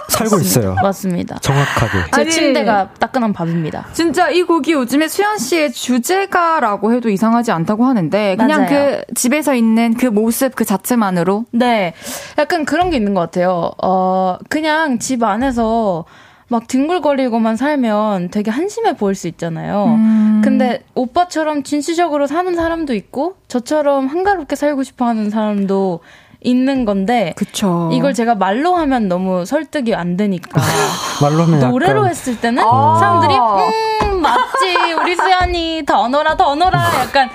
S4: 살고 있어요.
S3: 맞습니다
S4: 정확하게.
S3: 제
S1: 아니.
S3: 침대가 따끈한 밥입니다
S1: 진짜 이 곡이 요즘에 수현 씨의 주제가라고 해도 이상하지 않다고 하는데 그냥
S3: 맞아요.
S1: 그 집에서 있는 그 모습 그 자체만으로
S3: 네. 약간 그런 게 있는 것 같아요. 어, 그냥 집 안에서 막 뒹굴거리고만 살면 되게 한심해 보일 수 있잖아요.
S1: 음.
S3: 근데 오빠처럼 진취적으로 사는 사람도 있고, 저처럼 한가롭게 살고 싶어 하는 사람도 있는 건데,
S1: 그쵸.
S3: 이걸 제가 말로 하면 너무 설득이 안 되니까.
S4: 말로 하면
S3: 노래로
S4: 음. 약간
S3: 했을 때는
S1: 아.
S3: 사람들이 음 맞지 우리 수연이 더 넣어라 더 넣어라 약간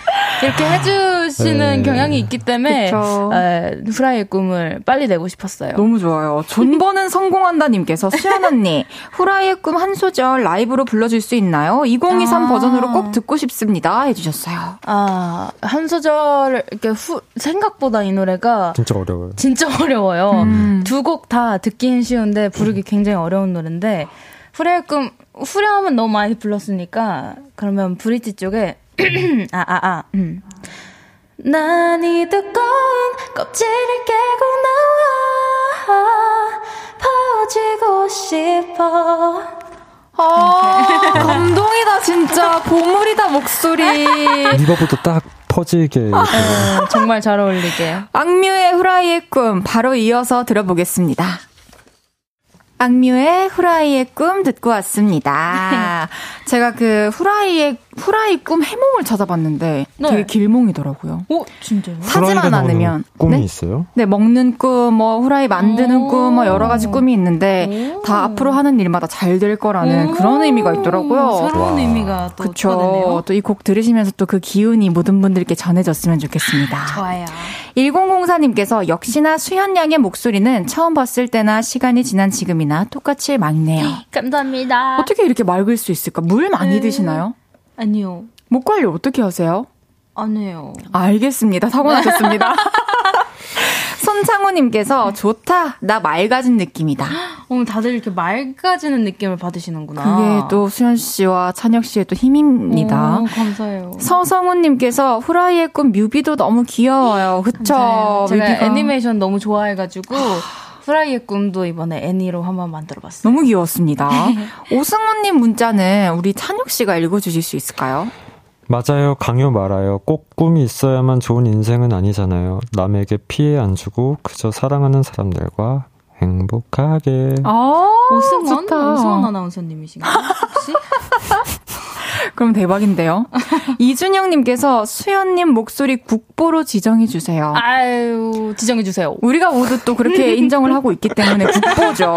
S3: 이렇게 해주시는
S4: 네.
S3: 경향이 있기 때문에
S1: 그쵸.
S3: 에, 후라이의 꿈을 빨리 내고 싶었어요.
S1: 너무 좋아요. 존버는 성공한다님께서 수현 언니 후라이의 꿈 한 소절 라이브로 불러줄 수 있나요? 2023
S3: 아.
S1: 버전으로 꼭 듣고 싶습니다 해주셨어요.
S3: 아, 한 소절, 이렇게 후, 생각보다 이 노래가
S4: 진짜 어려워요.
S3: 진짜 어려워요. 두 곡 다 듣긴 쉬운데 부르기 굉장히 어려운 노래인데 후렴금 후렴은 너무 많이 불렀으니까 그러면 브릿지 쪽에 아 아 아. 음. 난이 두꺼운 껍질을 깨고 나와 퍼지고 싶어.
S6: 아, 감동이다, 진짜. 보물이다, 목소리.
S4: 리버부터 딱 퍼지게.
S1: 어,
S3: 네, 정말 잘 어울리게.
S1: 악뮤의 후라이의 꿈 바로 이어서 들어보겠습니다. 악뮤의 후라이의 꿈 듣고 왔습니다. 제가 그 후라이의 후라이 꿈 해몽을 찾아봤는데
S3: 네.
S1: 되게 길몽이더라고요.
S3: 오 진짜요?
S1: 사지만
S4: 나오는
S1: 않으면
S4: 꿈이
S1: 네?
S4: 있어요?
S1: 네, 먹는 꿈, 뭐 후라이 만드는
S3: 오.
S1: 꿈, 뭐 여러 가지 꿈이 있는데 다 앞으로 하는 일마다 잘 될
S3: 아, 네,
S1: 거라는 그런 의미가 있더라고요.
S6: 새로운
S4: 와.
S6: 의미가 또
S1: 그렇죠.
S6: 추가되네요.
S1: 또 이 곡 들으시면서 또 그 기운이 모든 분들께 전해졌으면 좋겠습니다.
S6: 좋아요.
S1: 1004님께서 역시나 수현 양의 목소리는 처음 봤을 때나 시간이 지난 지금이나 똑같이 맑네요.
S3: 감사합니다.
S1: 어떻게 이렇게 맑을 수 있을까? 물 많이
S3: 아. 음.
S1: 드시나요?
S3: 아니요.
S1: 목 관리 어떻게 하세요?
S3: 아니에요.
S1: 알겠습니다. 타고나셨습니다. 손창호님께서 좋다. 나 맑아진 느낌이다.
S3: 어머 다들 이렇게 맑아지는 느낌을 받으시는구나.
S1: 그게 또 수현 씨와 찬혁 씨의 또 힘입니다.
S3: 아. 오, 어, 감사해요.
S1: 서성훈님께서 후라이의 꿈 뮤비도 너무 귀여워요. 그쵸?
S3: 감사해요. 네, 제가
S1: 뮤비가
S3: 애니메이션 너무 좋아해가지고 프라이의 꿈도 이번에 애니로 한번 만들어봤어요.
S1: 너무 귀여웠습니다. 오승훈님 문자는 우리 찬혁 씨가 읽어주실 수 있을까요?
S4: 맞아요. 강요 말아요. 꼭 꿈이 있어야만 좋은 인생은 아니잖아요. 남에게 피해 안 주고 그저 사랑하는 사람들과 행복하게.
S1: 아,
S3: 어, 오승원?
S1: 좋다.
S3: 오승원 아나운서님이신가요? 혹시?
S1: 그럼 대박인데요. 이준영님께서 수현님 목소리 국보로 지정해주세요.
S3: 어. 아유, 지정해주세요.
S1: 우리가 모두 또 그렇게 인정을 하고 있기 때문에 국보죠.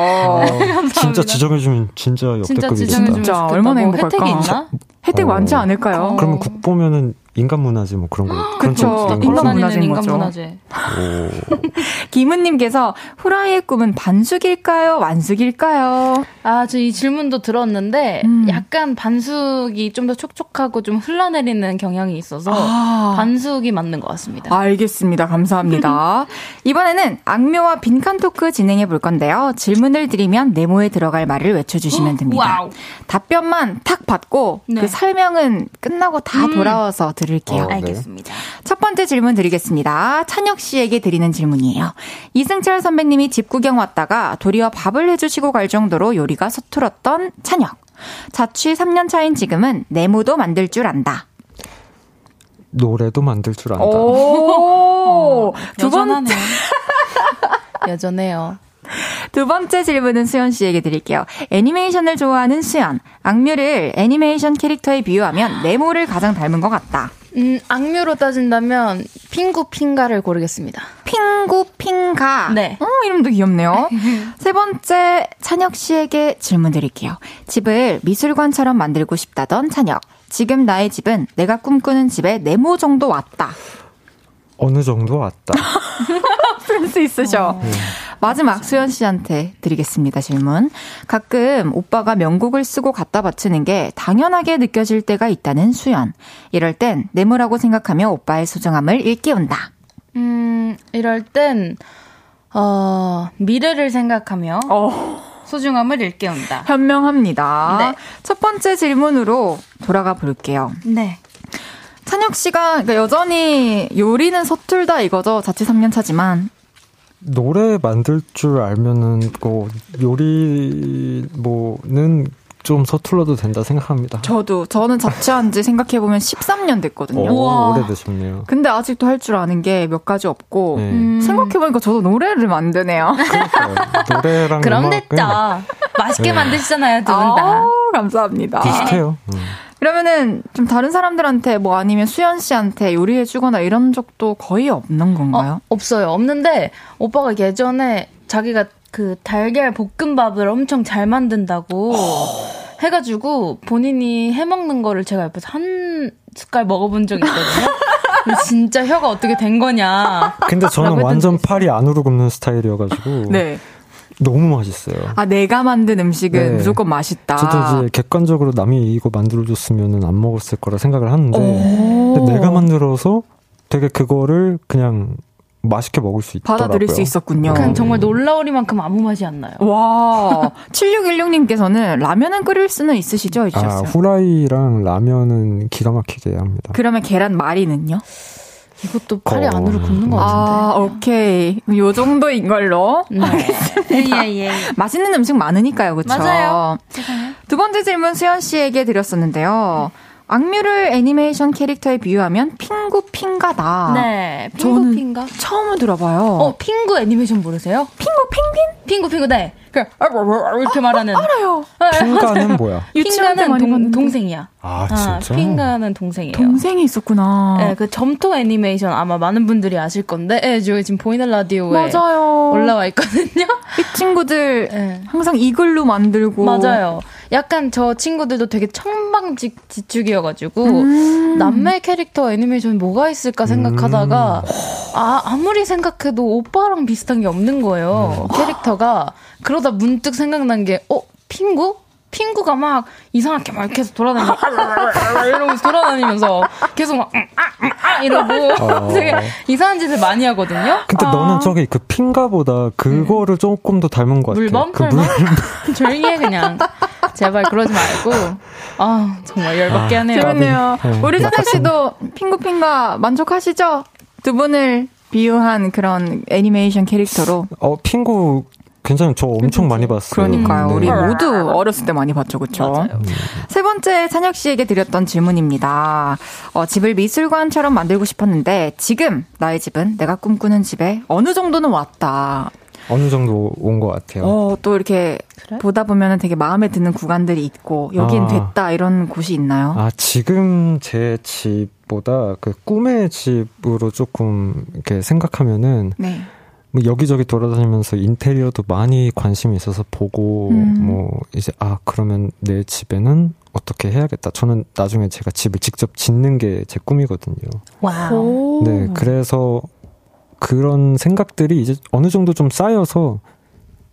S4: 진짜 지정해주면 진짜
S3: 아, 진짜
S4: 역대급이겠다.
S3: 지정해주면
S1: 진짜
S3: 좋겠다.
S1: 얼마나
S3: 뭐
S1: 행복할까.
S3: 혜택이 있나?
S1: 혜택
S4: 어.
S1: 많지 않을까요?
S4: 그러면 국보면은 인간문화재 뭐 그런 거. 그런
S1: 그쵸.
S4: 거 있는
S1: 인간문화재.
S4: 거죠?
S1: 인간문화재인
S3: 인간문화재는
S1: 거죠.
S3: 인간문화재.
S4: 오.
S1: 김은님께서 후라이의 꿈은 반숙일까요? 완숙일까요?
S3: 아, 저 이 질문도 들었는데,
S1: 음.
S3: 약간 반숙이 좀 더 촉촉하고 좀 흘러내리는 경향이 있어서,
S1: 아.
S3: 반숙이 맞는 것 같습니다.
S1: 알겠습니다. 감사합니다. 이번에는 악묘와 빈칸 토크 진행해 볼 건데요. 질문을 드리면 네모에 들어갈 말을 외쳐주시면 됩니다.
S3: 와우.
S1: 답변만 탁 받고
S3: 네.
S1: 그 설명은 끝나고 다 돌아와서 들을게요.
S4: 어, 네.
S3: 알겠습니다.
S1: 첫 번째 질문 드리겠습니다. 찬혁 씨에게 드리는 질문이에요. 이승철 선배님이 집 구경 왔다가 도리어 밥을 해주시고 갈 정도로 요리가 서툴었던 찬혁. 자취 3년 차인 지금은 네모도 만들 줄 안다.
S4: 노래도 만들 줄 안다.
S3: 어.
S1: 오, 어. 두 번,
S6: 여전하네요.
S3: 여전해요.
S1: 두 번째 질문은 수현 씨에게 드릴게요. 애니메이션을 좋아하는 수현. 악뮤를 애니메이션 캐릭터에 비유하면 네모를 가장 닮은 것 같다.
S3: 음, 악뮤로 따진다면, 핑구 핑가를 고르겠습니다.
S1: 핑구 핑가.
S3: 네.
S1: 어, 이름도 귀엽네요. 세 번째 찬혁 씨에게 질문 드릴게요. 집을 미술관처럼 만들고 싶다던 찬혁. 지금 나의 집은 내가 꿈꾸는 집에 네모 정도 왔다.
S4: 어느 정도 왔다.
S1: 센스 있으셔.
S4: 네.
S1: 마지막 수현 씨한테 드리겠습니다, 질문. 가끔 오빠가 명곡을 쓰고 갖다 바치는 게 당연하게 느껴질 때가 있다는 수현. 이럴 땐 네모라고 생각하며 오빠의 소중함을 일깨운다.
S3: 음, 이럴 땐, 어, 미래를 생각하며, 어. 소중함을 일깨운다.
S1: 현명합니다.
S3: 네.
S1: 첫 번째 질문으로 돌아가 볼게요.
S3: 네.
S1: 찬혁 씨가 그러니까 여전히 요리는 서툴다 이거죠. 자취 3년 차지만.
S4: 노래 만들 줄 알면은 뭐 요리 뭐는 좀 서툴러도 된다 생각합니다.
S1: 저도 저는 자취한 지 생각해 보면 13년 됐거든요.
S4: 오, 오래되셨네요.
S1: 근데 아직도 할 줄 아는 게 몇 가지 없고
S4: 네.
S3: 음,
S2: 음.
S1: 생각해 보니까 저도 노래를 만드네요.
S2: 아,
S4: 그러니까요. 노래랑
S3: 그럼
S4: 음악은
S3: 됐죠. 맛있게
S4: 네.
S3: 만드시잖아요, 두 분 다.
S1: 아우, 감사합니다.
S4: 비슷해요. 음.
S1: 그러면은 좀 다른 사람들한테 뭐 아니면 수현 씨한테 요리해 주거나 이런 적도 거의 없는 건가요?
S3: 어, 없어요. 없는데 오빠가 예전에 자기가 그 달걀 볶음밥을 엄청 잘 만든다고 해가지고 본인이 해먹는 거를 제가 옆에서 한 숟갈 먹어본 적이 있거든요. 근데 진짜 혀가 어떻게 된 거냐.
S4: 근데 저는
S3: 라고
S4: 완전 팔이 안으로 굽는 스타일이어가지고
S1: 네.
S4: 너무 맛있어요.
S1: 아 내가 만든 음식은
S4: 네.
S1: 무조건 맛있다.
S4: 저도 이제 객관적으로 남이 이거 만들어줬으면은 안 네. 먹었을 거라 생각을 하는데 근데 내가 만들어서 되게 그거를 그냥 맛있게 먹을 수 있더라고요. 네.
S1: 받아들일 수 있었군요.
S3: 그냥 정말 놀라우리만큼 아무 맛이 안 나요.
S1: 와, 7616님께서는 라면은 끓일 수는 있으시죠?
S4: 아,
S1: 해주셨어요.
S4: 후라이랑 라면은 기가 막히게 합니다.
S1: 그러면 계란말이는요?
S3: 이것도 팔이
S4: 어.
S3: 안으로 굽는 것
S1: 아,
S3: 같은데. 네.
S1: 오케이. 요 정도인 걸로.
S2: 예예예.
S1: 맛있는 음식 많으니까요, 그쵸?
S2: 맞아요. 세상에.
S1: 두 번째 질문 수현 씨에게 드렸었는데요. 악뮤를 애니메이션 캐릭터에 비유하면 핑구 핑가다.
S2: 네.
S1: 저는-
S3: 아, 핑구핑가?
S1: 처음 들어봐요.
S3: 어, 핑구 애니메이션 모르세요?
S1: 핑구 펭귄?
S3: 핑구 핑구 네. 그 이렇게 말하는.
S1: 알아요.
S4: 핑가는 뭐야?
S6: 유치원 때
S3: 핑가는
S6: 많이
S3: 동,
S6: 봤는데.
S3: 동생이야.
S4: 아,
S3: 아,
S4: 진짜?
S3: 핑가는 동생이에요.
S1: 동생이 아. 있었구나.
S3: 네, 그 점토 애니메이션 아마 많은 분들이 아실 건데, 예, 저 지금 보이는 라디오에
S1: 맞아요.
S3: 올라와 있거든요.
S1: 이 친구들
S3: 예.
S1: 항상 이글로 만들고.
S3: 맞아요. 약간 저 친구들도 되게 청방지축이어가지고 남매 캐릭터 애니메이션 뭐가 있을까 생각하다가 아 아무리 생각해도 오빠랑 비슷한 게 없는 거예요 캐릭터가 그러다 문득 생각난 게어 핑구? 핑구가 막 이상하게 막 계속 돌아다니고 이러면서 돌아다니면서 계속 막 음, 아, 음, 아, 이러고
S4: 어.
S3: 되게 이상한 짓을 많이 하거든요.
S4: 근데
S1: 아.
S4: 너는 저기 그 핑가보다
S1: 음.
S4: 그거를 조금 더 닮은 것 같아.
S3: 물범?
S4: 그
S3: 설마? 조용히 해 그냥. 제발 그러지 말고. 아 정말 열받게 하네요.
S1: 재밌네요.
S4: 네,
S1: 우리 선혜
S4: 약간 좀-
S1: 씨도 핑구핑가 만족하시죠? 두 분을 비유한 그런 애니메이션 캐릭터로.
S4: 어, 핑구 괜찮아요. 저 엄청 많이 봤어요.
S1: 그러니까요.
S4: 네. 음.
S1: 우리 모두 어렸을 때 많이 봤죠, 그쵸? 세 번째 찬혁 씨에게 드렸던 질문입니다. 어, 집을 미술관처럼 만들고 싶었는데, 지금 나의 집은 내가 꿈꾸는 집에 어느 정도는 왔다.
S4: 어느 정도 온 것 같아요.
S1: 어, 또 이렇게 보다 보면 되게 마음에 드는 구간들이 있고, 여긴
S4: 아.
S1: 됐다, 이런 곳이 있나요?
S4: 아, 지금 제 집보다 그 꿈의 집으로 조금 이렇게 생각하면은
S1: 네.
S4: 뭐 여기저기 돌아다니면서 인테리어도 많이 관심이 있어서 보고
S1: 음.
S4: 뭐 이제 아 그러면 내 집에는 어떻게 해야겠다. 저는 나중에 제가 집을 직접 짓는 게 제 꿈이거든요.
S3: 와우.
S4: 네, 그래서 그런 생각들이 이제 어느 정도 좀 쌓여서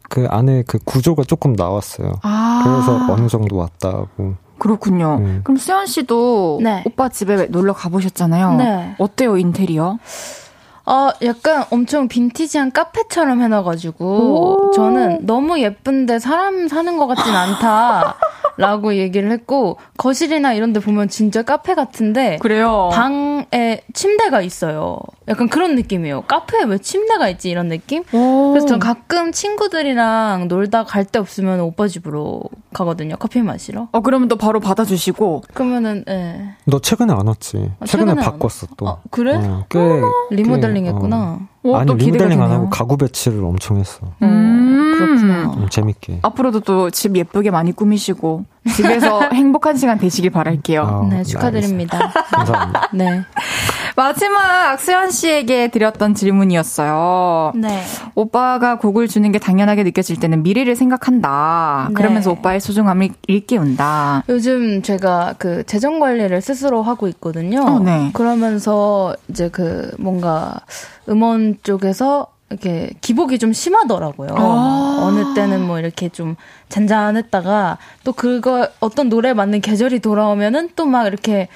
S4: 그 안에 그 구조가 조금 나왔어요.
S1: 아. 어.
S4: 그래서 어느 정도 왔다고.
S1: 그렇군요.
S4: 음.
S1: 그럼 수현 씨도
S3: 네.
S1: 오빠 집에 놀러 가보셨잖아요.
S3: 네.
S1: 어때요 인테리어?
S3: 어, 약간 엄청 빈티지한 카페처럼 해놔가지고 저는 너무 예쁜데 사람 사는 것 같진 않다. 라고 얘기를 했고 거실이나 이런 데 보면 진짜 카페 같은데
S1: 그래요.
S4: 그러니까.
S3: 방에 침대가 있어요. 약간 그런 느낌이에요. 카페에 왜 침대가 있지 이런 느낌?
S1: 오.
S3: 그래서 전 가끔 친구들이랑 놀다 갈 데 없으면 오빠 집으로 가거든요. 커피 마시러.
S1: 어 그러면 또 바로 받아주시고
S3: 그러면은 예.
S4: 너 최근에 안 왔지?
S3: 아, 최근에
S4: 최근에,
S3: 안
S4: 바꿨어 또.
S3: 아, 그래?
S4: 어, 꽤
S3: 리모델링
S4: 꽤, 어.
S3: 했구나.
S1: 오,
S4: 아니
S1: 또 기대가
S4: 리모델링 안
S1: 되네요.
S4: 하고 가구 배치를 엄청 했어.
S1: 음.
S3: 그렇구나.
S4: 음, 재밌게.
S1: 앞으로도 또 집 예쁘게 많이 꾸미시고 집에서 행복한 시간 되시길 바랄게요.
S4: 아,
S3: 네, 축하드립니다.
S4: 알겠습니다. 감사합니다.
S3: 네.
S1: 마지막 수현 씨에게 드렸던
S3: 아,
S1: 질문이었어요.
S2: 네.
S1: 오빠가 곡을 주는 게 당연하게 느껴질 때는 미래를 생각한다.
S2: 네.
S1: 그러면서 오빠의 소중함을 일깨운다.
S3: 요즘 제가 그 재정 관리를 스스로 하고 있거든요.
S1: 어, 네.
S3: 그러면서 이제 그 뭔가 음원 쪽에서 이렇게 기복이 좀 심하더라고요.
S1: 아.
S3: 어느 때는 뭐 이렇게 좀 잔잔했다가 또 그거 어떤 노래에 맞는 계절이 돌아오면은 또 막 이렇게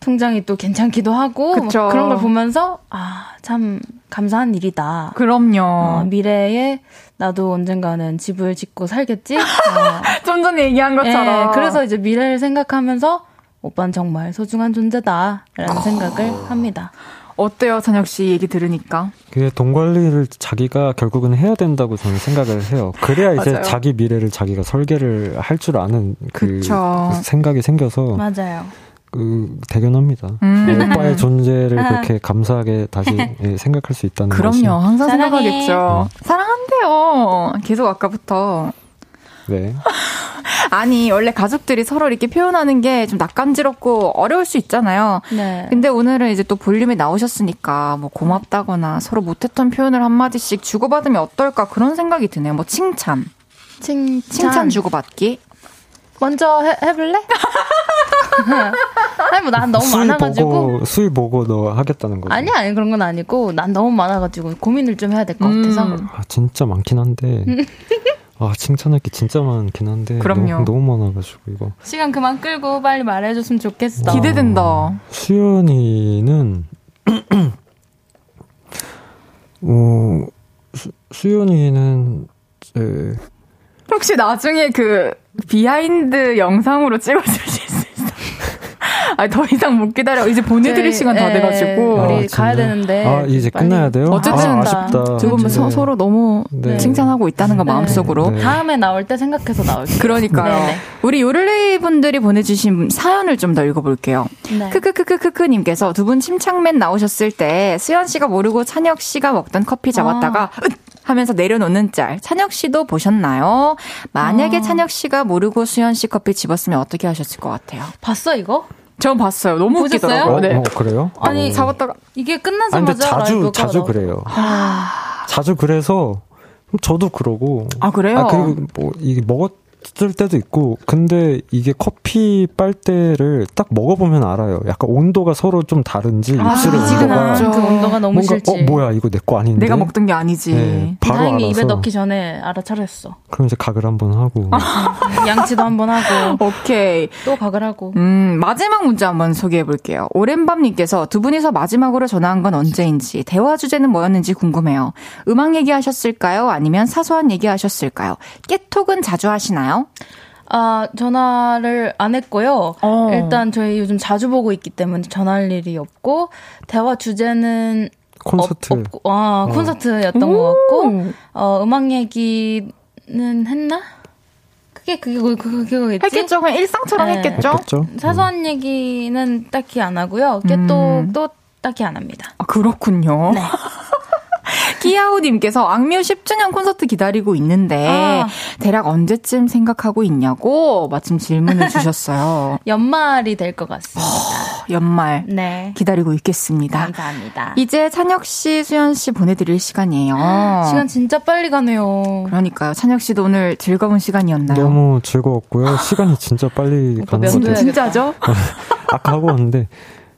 S3: 통장이 또 괜찮기도 하고 막
S1: 그쵸.
S3: 그런 걸 보면서 아, 참 감사한 일이다.
S1: 그럼요.
S3: 어, 미래에 나도 언젠가는 집을 짓고 살겠지? 어,
S2: 아.
S1: 좀 전에 얘기한
S2: 네,
S1: 것처럼.
S3: 예, 그래서 이제 미래를 생각하면서 오빠는 정말 소중한
S4: 아.
S3: 존재다라는 생각을 합니다.
S1: 어때요, 찬혁 씨 얘기 들으니까?
S4: 그게 돈 관리를 자기가 결국은 해야 된다고 저는 생각을 해요. 그래야 이제
S1: 맞아요.
S4: 자기 미래를 자기가 설계를 할 줄 아는 그
S1: 그쵸.
S4: 생각이 생겨서
S3: 맞아요.
S4: 그 대견합니다. 뭐
S1: 음.
S4: 오빠의 존재를 그렇게 감사하게 다시
S3: 음.
S4: 예, 생각할 수 있다는 음. 것이.
S1: 그럼요. 항상
S2: 사랑해.
S1: 생각하겠죠. 사랑한대요. 계속 아까부터.
S4: 네.
S3: 아,
S1: 아니, 원래 가족들이 서로 이렇게 표현하는 게 좀 낯간지럽고 어려울 수 있잖아요.
S3: 네.
S1: 근데 오늘은 이제 또 볼륨에 나오셨으니까 뭐 고맙다거나 서로 못했던 표현을 한마디씩 주고받으면 어떨까 그런 생각이 드네요. 뭐 칭찬.
S3: 칭,
S1: 칭찬 주고받기.
S3: 먼저 해, 해볼래? 아니 뭐 난 너무
S4: 수위
S3: 많아가지고
S4: 보고 수위 보고 너 하겠다는 거죠.
S3: 아니 아니 그런 건 아니고 난 너무 많아가지고 고민을 좀 해야 될 것
S1: 음.
S3: 같아서
S4: 아, 진짜 많긴 한데. 아, 칭찬할 게 진짜 많긴 한데.
S1: 그럼요.
S4: 너무, 너무 많아가지고, 이거.
S3: 시간 그만 끌고 빨리 말해줬으면 좋겠어.
S4: 기대-
S1: 기대된다.
S4: 수연이는 어, 수, 수연이는 이제
S1: 혹시 나중에 그 비하인드 영상으로 찍어주실 수 있어요? 아니 더 이상 못 기다려 이제 보내드릴
S3: 저희,
S1: 시간 다
S3: 예,
S1: 돼가지고
S3: 우리
S4: 아,
S3: 가야
S4: 진짜요?
S3: 되는데
S4: 아 이제
S3: 빨리.
S4: 끝나야 돼요.
S1: 어쨌든
S4: 아, 아쉽다.
S1: 조금 뭐 서, 서로 너무
S4: 네.
S1: 칭찬하고 있다는 거
S3: 네.
S1: 마음속으로
S4: 네.
S3: 다음에 나올 때 생각해서 나올게요.
S1: 그러니까요.
S3: 네네.
S1: 우리 요를레이 분들이 보내주신 사연을 좀 더 읽어볼게요.
S3: 네.
S1: 크크크크크크님께서 두 분 침착맨 나오셨을 때 수연 씨가 모르고 찬혁 씨가 먹던 커피 잡았다가 으 하면서 내려놓는 짤 찬혁 씨도 보셨나요? 만약에 찬혁 씨가 모르고 수연 씨 커피 집었으면 어떻게 하셨을 것 같아요?
S3: 봤어 이거?
S1: 전 봤어요. 너무
S3: 보셨어요?
S1: 웃기더라고요.
S4: 어,
S1: 네.
S4: 어, 그래요?
S3: 아니,
S4: 어.
S1: 잡았다가
S3: 이게
S4: 아 근데
S3: 끝나자마자
S4: 자주
S3: 라이브가 아.
S4: 자주
S3: 나와.
S4: 그래요. 자주 그래서 저도 그러고.
S1: 아 그래요?
S4: 아, 그리고 뭐 이게 먹었을 때도 있고 근데 이게 커피 빨대를 딱 먹어보면 알아요. 약간 온도가 서로 좀 다른지 입술의
S3: 아, 미지근한
S4: 온도가
S1: 그렇죠.
S3: 그 온도가 너무
S4: 뭔가
S3: 싫지.
S4: 어 뭐야 이거 내 거 아닌데.
S1: 내가 먹던 게 아니지.
S4: 네, 바로
S3: 다행히 입에
S4: 알아서.
S3: 넣기 아, 전에 알아차렸어.
S4: 그럼 이제 각을 한번 하고.
S3: 양치도 한번 하고
S1: 오케이.
S3: 또 박을 하고.
S1: 음, 마지막 문제 한번 소개해 볼게요. 오랜밤님께서 두 분이서 마지막으로 전화한 건 언제인지, 대화 주제는 뭐였는지 궁금해요. 음악 얘기하셨을까요? 아니면 사소한 얘기하셨을까요? 깨톡은 자주 하시나요?
S3: 아 전화를 안 했고요. 일단 저희 요즘 자주 보고 있기 때문에 전화할 일이 없고 대화 주제는
S4: 콘서트.
S3: 없, 없고 아
S4: 어.
S3: 콘서트였던 것 같고 어 음악 얘기는 했나? 그게 그게 뭐- 그게 그거겠지?
S1: 했겠죠? 그냥 일상처럼
S3: 네.
S1: 했겠죠?
S4: 했겠죠? 음.
S1: 음.
S3: 사소한 얘기는 딱히 안 하고요. 깨똑도 딱히 안 합니다.
S1: 아, 그렇군요.
S3: 네.
S1: 키아오님께서 악뮤 10주년 콘서트 기다리고 있는데,
S3: 아.
S1: 대략 언제쯤 생각하고 있냐고 마침 질문을 주셨어요.
S3: 연말이 될 것
S1: 어,
S3: 같습니다.
S1: 연말
S3: 네.
S1: 기다리고 있겠습니다.
S3: 감사합니다.
S1: 이제 찬혁 씨, 수현 씨 보내드릴 시간이에요.
S3: 시간 진짜 빨리 가네요.
S1: 어. 그러니까요. 찬혁 씨도 오늘 즐거운 시간이었나요?
S4: 너무 즐거웠고요. 시간이 진짜 빨리
S3: 오빠
S4: 가는 것
S3: 면도해야
S4: 같아요.
S1: 진짜죠?
S4: 아까 하고 왔는데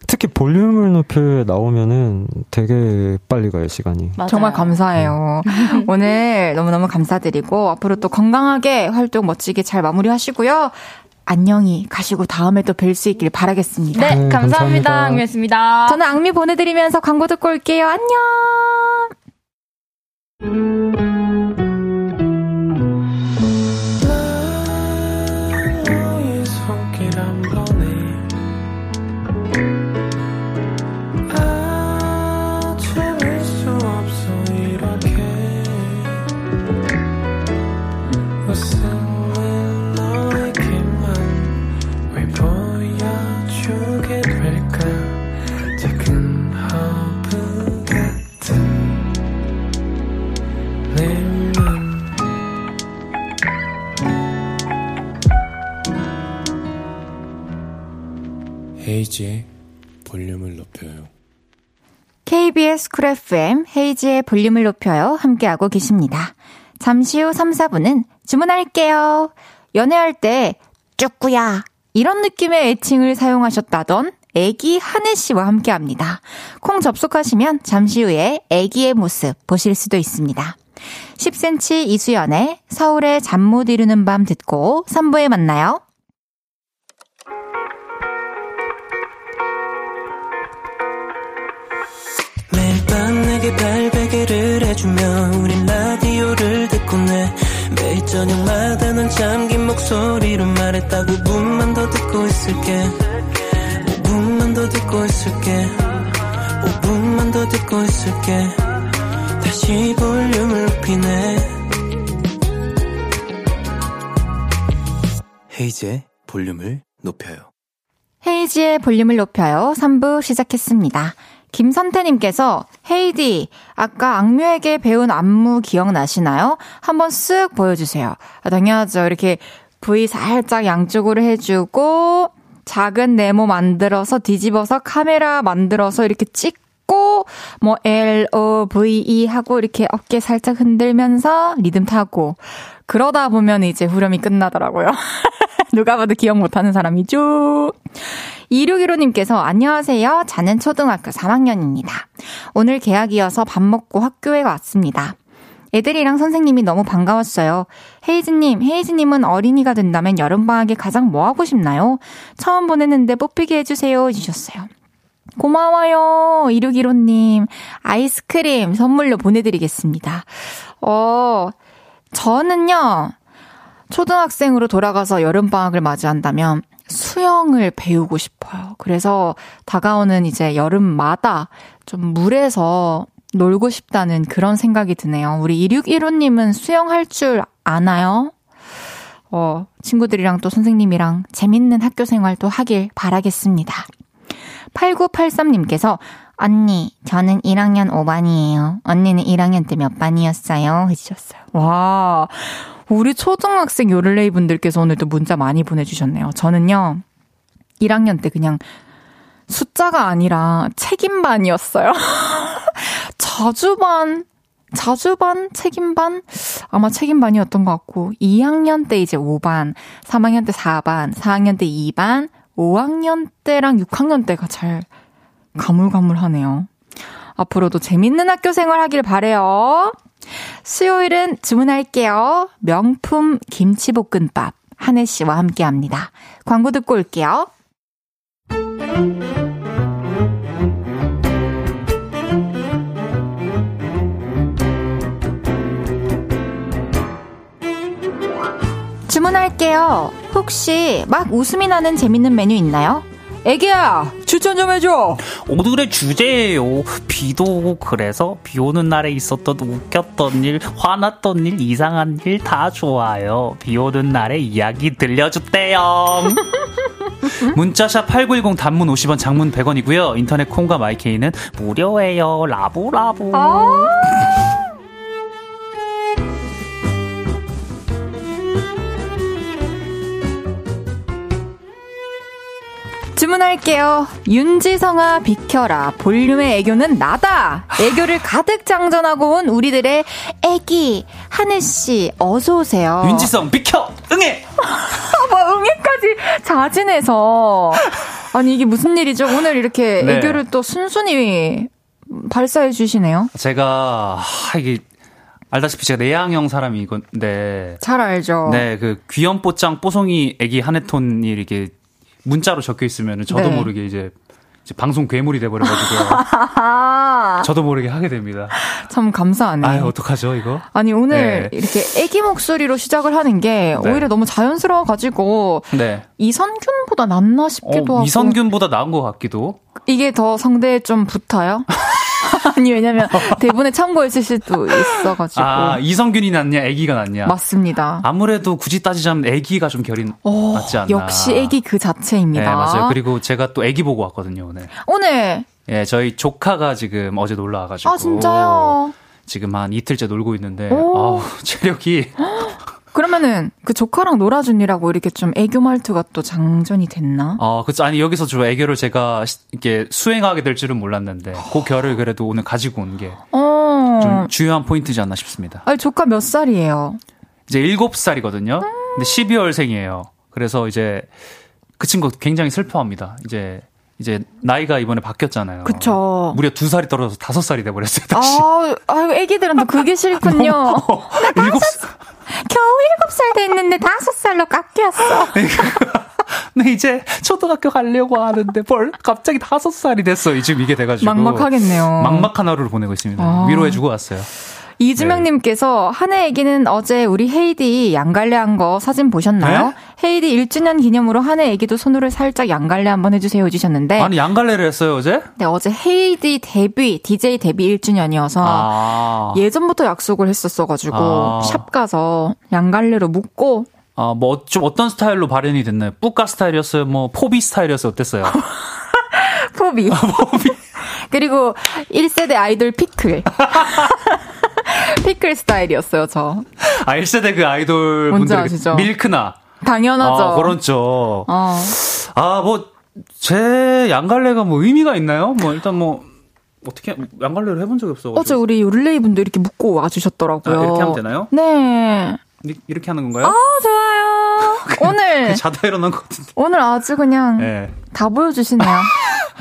S4: 특히 볼륨을 높여 나오면은 되게 빨리 가요 시간이.
S3: 맞아요.
S1: 정말 감사해요. 오늘 너무너무 감사드리고 앞으로 또 건강하게 활동 멋지게 잘 마무리하시고요. 안녕히 가시고 다음에 또 뵐 수 있길 바라겠습니다.
S3: 네,
S4: 네, 감사합니다.
S3: 감사합니다. 응했습니다.
S1: 저는 악미 보내드리면서 광고 듣고 올게요. 안녕!
S5: 너의 손길 한 번에 아 참을 수 없어 이렇게 웃음은 너에게만 왜 보여주게 될까 작은 허브 같은 내맘 헤이지의 볼륨을 높여요.
S1: KBS 쿨 FM 헤이지의 볼륨을 높여요. 함께하고 계십니다. 잠시 후 3, 4분은 주문할게요. 연애할 때 쭈꾸야 이런 느낌의 애칭을 사용하셨다던 애기 한혜 씨와 함께합니다. 콩 접속하시면 잠시 후에 애기의 모습 보실 수도 있습니다. 10cm 이수연의 서울의 잠 못 이루는 밤 듣고 3부에 만나요.
S7: 매일 밤 내게 발베개를 해주며 우린 라디오를 듣고 내 매일 저녁마다 넌 잠긴 목소리로 말했다 5분만 더 듣고 있을게 5분만 더 듣고 있을게 5분만 더 듣고 있을게 다시 볼륨을 높이네 헤이즈의 볼륨을 높여요
S1: 헤이지의 볼륨을 높여요. 3부 시작했습니다. 김선태님께서 헤이디 아까 악뮤에게 배운 안무 기억나시나요? 한번 쓱 보여주세요. 아, 당연하죠. 이렇게 부위 살짝 양쪽으로 해주고 작은 네모 만들어서 뒤집어서 카메라 만들어서 이렇게 찍고 뭐 L O V E 하고 이렇게 어깨 살짝 흔들면서 리듬 타고 그러다 보면 이제 후렴이 끝나더라고요. 누가 봐도 기억 못하는 사람이죠. 2615님께서 안녕하세요. 저는 초등학교 3학년입니다. 오늘 개학이어서 밥 먹고 학교에 왔습니다. 애들이랑 선생님이 너무 반가웠어요. 헤이즈님, 헤이즈님은 어린이가 된다면 여름방학에 가장 뭐 하고 싶나요? 처음 보내는데 뽑히게 해주세요. 해주셨어요. 고마워요. 2615님. 아이스크림 선물로 보내드리겠습니다. 어, 저는요, 초등학생으로 돌아가서 여름방학을 맞이한다면 수영을 배우고 싶어요. 그래서 다가오는 이제 여름마다 좀 물에서 놀고 싶다는 그런 생각이 드네요. 우리 2615님은 수영할 줄 아나요? 어, 친구들이랑 또 선생님이랑 재밌는 학교 생활도 하길 바라겠습니다. 8983님께서 언니, 저는 1학년 5반이에요. 언니는 1학년 때 몇 반이었어요? 해주셨어요. 와, 우리 초등학생 요를레이 분들께서 오늘 또 문자 많이 보내주셨네요. 저는요, 1학년 때 그냥 숫자가 아니라 책임반이었어요. 자주반, 자주반, 책임반? 아마 책임반이었던 것 같고, 2학년 때 이제 5반, 3학년 때 4반, 4학년 때 2반, 5학년 때랑 6학년 때가 잘 가물가물하네요. 앞으로도 재밌는 학교 생활 하길 바래요. 수요일은 주문할게요. 명품 김치볶음밥 한혜 씨와 함께합니다. 광고 듣고 올게요. 주문할게요. 혹시 막 웃음이 나는 재밌는 메뉴 있나요? 애기야, 추천 좀 해줘.
S8: 오늘의 주제예요. 비도 오고 그래서 비 오는 날에 있었던 웃겼던 일, 화났던 일, 이상한 일 다 좋아요. 비 오는 날에 이야기 들려줬대요. 문자샵 8910 단문 50원, 장문 100원이고요. 인터넷 콩과 마이케이는 무료예요. 라보라보.
S1: 아. 주문할게요. 윤지성아 비켜라. 볼륨의 애교는 나다. 애교를 가득 장전하고 온 우리들의 애기 한혜 씨 어서 오세요.
S8: 윤지성 비켜 응애.
S1: 뭐 응애까지 자진해서 아니 이게 무슨 일이죠? 오늘 이렇게
S8: 네.
S1: 애교를 또 순순히 발사해 주시네요.
S8: 제가 하, 이게 알다시피 제가 내향형 사람이건데
S1: 잘 알죠.
S8: 네, 그 귀염뽀짱 뽀송이 애기 한해톤이 이렇게 문자로 적혀 있으면 저도
S1: 네.
S8: 모르게 이제, 이제 방송 괴물이 돼버려가지고
S1: 아,
S8: 저도 모르게 하게 됩니다.
S1: 참 감사하네요.
S8: 아유 어떡하죠 이거?
S1: 아니 오늘
S8: 네.
S1: 이렇게 애기 목소리로 시작을 하는 게
S8: 네.
S1: 오히려 너무 자연스러워 가지고
S8: 네.
S1: 이선균보다 낫나 싶기도
S8: 어,
S1: 하고
S8: 이선균보다 나은 것 같기도.
S1: 이게 더 성대에 좀 붙어요. 아니 왜냐면 대본에 참고했을 수도 있어가지고
S8: 아 이선균이 낫냐, 애기가 낫냐?
S1: 맞습니다.
S8: 아무래도 굳이 따지자면 애기가 좀 결이
S1: 오,
S8: 낫지 않나.
S1: 역시 애기 그 자체입니다.
S8: 네 맞아요. 그리고 제가 또 애기 보고 왔거든요 오늘.
S1: 오늘
S8: 예, 저희 조카가 지금 어제 놀러 와가지고.
S1: 아 진짜요.
S8: 지금 한 이틀째 놀고 있는데
S1: 오.
S8: 아우, 체력이
S1: 그러면은 그 조카랑 놀아준이라고 이렇게 좀 애교 말투가 또 장전이 됐나?
S8: 어, 그쵸. 아니, 여기서 저 애교를 제가 시- 이렇게 수행하게 될 줄은 몰랐는데, 그 결을 그래도 오늘 가지고 온 게 아, 좀
S1: 어.
S8: 중요한 포인트지 않나 싶습니다.
S1: 아니 조카 몇 살이에요?
S8: 이제 7살이거든요. 근데 12월생이에요. 그래서 이제 그 친구 굉장히 슬퍼합니다. 이제, 이제 나이가 이번에 바뀌었잖아요.
S1: 그쵸.
S8: 무려 2살이 떨어져서 5살이 돼버렸어요, 다시. 어,
S1: 아, 아유 애기들은 또 그게 싫군요.
S8: 일곱 살
S1: 겨우 일곱 살 됐는데 다섯 살로 깎였어.
S8: 네, 이제 초등학교 가려고 하는데 벌 갑자기 5살이 됐어요. 지금 이게 돼가지고.
S1: 막막하겠네요.
S8: 막막한 하루를 보내고 있습니다.
S1: 아.
S8: 위로해주고 왔어요.
S1: 이주명님께서
S8: 네.
S1: 한해 애기는 어제 우리 헤이디 양갈래한 거 사진
S8: 네?
S1: 보셨나요? 헤이디 1주년 기념으로 한해 애기도 손으로 살짝 양갈래 한번 해주세요 해주셨는데
S8: 아니, 양갈래를 했어요, 어제?
S1: 네, 어제 헤이디 데뷔 DJ 데뷔 1주년이어서
S8: 아.
S1: 예전부터 약속을 했었어가지고
S8: 아.
S1: 샵 가서 양갈래로 묶고
S8: 아, 뭐, 좀 어떤 스타일로 발현이 됐나요? 뿌까 스타일이었어요? 뭐, 포비 스타일이었어요? 어땠어요?
S1: 포비
S8: 아,
S1: 그리고 1세대 아이돌 피클 피클 스타일이었어요 저
S8: 아, 1세대 그 아이돌
S1: 뭔지
S8: 분들.
S1: 아시죠?
S8: 밀크나.
S1: 당연하죠
S8: 아, 그런 쪽.
S1: 어.
S8: 아, 뭐, 제 양갈래가 뭐 의미가 있나요? 뭐, 일단 뭐, 어떻게, 양갈래를 해본 적이 없어가지고.
S1: 어제 우리 요를레이 분도 이렇게 묶고 와주셨더라고요
S8: 아, 이렇게 하면 되나요? 어?
S1: 네
S8: 이- 이렇게 하는 건가요?
S1: 아, 네. 좋아요 오늘
S8: 자다 일어난 것 같은데.
S1: 오늘 아주 그냥
S8: 예.
S1: 다 보여주시네요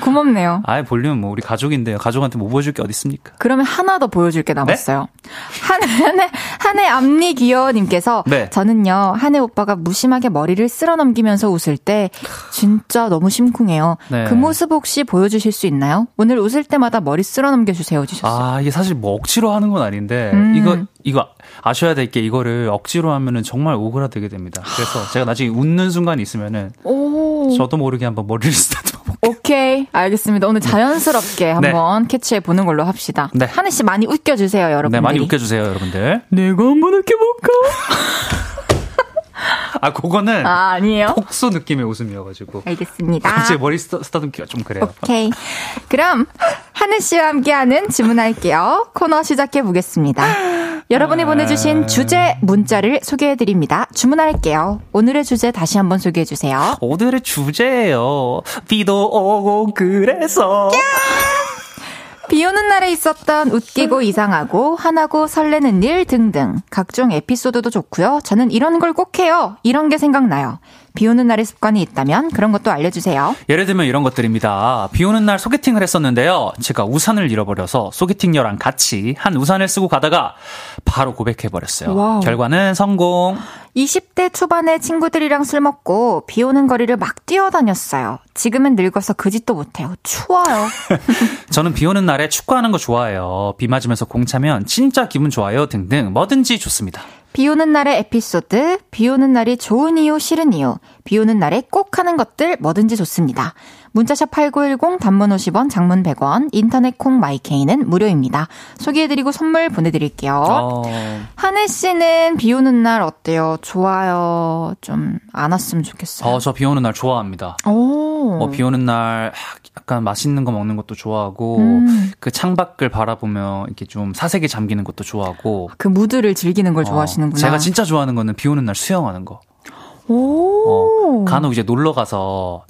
S1: 고맙네요.
S8: 아예 볼륨은 뭐 우리 가족인데요. 가족한테 뭐 보여줄 게 어디 있습니까?
S1: 그러면 하나 더 보여줄 게 남았어요. 한해, 한해, 한해 앞니 귀여워님께서
S8: 네.
S1: 저는요, 한해 오빠가 무심하게 머리를 쓸어 넘기면서 웃을 때 진짜 너무 심쿵해요.
S8: 네.
S1: 그 모습 혹시 보여주실 수 있나요? 오늘 웃을 때마다 머리 쓸어 넘겨주세요. 주셨어요.
S8: 아 이게 사실 뭐 억지로 하는 건 아닌데
S1: 음.
S8: 이거 이거 아셔야 될 게 이거를 억지로 하면은 정말 오그라들게 됩니다. 그래서 제가 나중에 웃는 순간이 있으면은
S1: 오.
S8: 아, 저도 모르게 한번 머리를 쓰다듬어 볼게요.
S1: 오케이. 알겠습니다. 오늘 자연스럽게 한번 캐치해 보는 걸로 합시다.
S8: 네.
S1: 한해 씨 많이 웃겨주세요, 네. 여러분들.
S8: 네 많이 웃겨주세요 여러분들.
S1: 내가 한번 뭐. 웃겨볼까?
S8: 아 그거는
S1: 아, 아니에요.
S8: 폭소 느낌의 웃음이어가지고
S1: 알겠습니다.
S8: 제 머리 쓰다- 쓰다듬기가 좀 그래요.
S1: 오케이. 그럼 하늘 씨와 함께하는 질문할게요. 코너 시작해 보겠습니다. 여러분이 보내주신 주제 문자를 소개해 드립니다. 주문할게요. 오늘의 주제 다시 한번 소개해 주세요.
S8: 오늘의 주제예요. 비도 오고 그래서
S1: 비 오는 날에 있었던 웃기고 이상하고 화나고 설레는 일 등등 각종 에피소드도 좋고요. 저는 이런 걸 꼭 해요. 이런 게 생각나요. 비 오는 날의 습관이 있다면 그런 것도 알려주세요.
S8: 예를 들면 이런 것들입니다. 비 오는 날 소개팅을 했었는데요. 제가 우산을 잃어버려서 소개팅녀랑 같이 한 우산을 쓰고 가다가 바로 고백해버렸어요.
S1: 와우.
S8: 결과는 성공.
S1: 20대 초반에 친구들이랑 술 먹고 비 오는 거리를 막 뛰어다녔어요. 지금은 늙어서 그 짓도 못해요. 추워요.
S8: 저는 비 오는 날에 축구하는 거 좋아해요. 비 맞으면서 공 차면 진짜 기분 좋아요. 등등 뭐든지 좋습니다.
S1: 비 오는 날의 에피소드, 비 오는 날이 좋은 이유, 싫은 이유, 비 오는 날에 꼭 하는 것들 뭐든지 좋습니다. 문자샵 8910 단문 50원, 장문 100원, 인터넷 콩 마이케이는 무료입니다. 소개해드리고 선물 보내드릴게요.
S8: 어,
S1: 한혜 씨는 비 오는 날 어때요? 좋아요. 좀 안 왔으면 좋겠어요.
S8: 저 비 오는 날 좋아합니다.
S1: 오.
S8: 어, 비 오는 날 약간 맛있는 거 먹는 것도 좋아하고
S1: 음.
S8: 그 창밖을 바라보며 이렇게 좀 사색에 잠기는 것도 좋아하고
S1: 그 무드를 즐기는 걸
S8: 어,
S1: 좋아하시는구나.
S8: 제가 진짜 좋아하는 거는 비 오는 날 수영하는 거.
S1: 오.
S8: 어, 간혹 이제 놀러 가서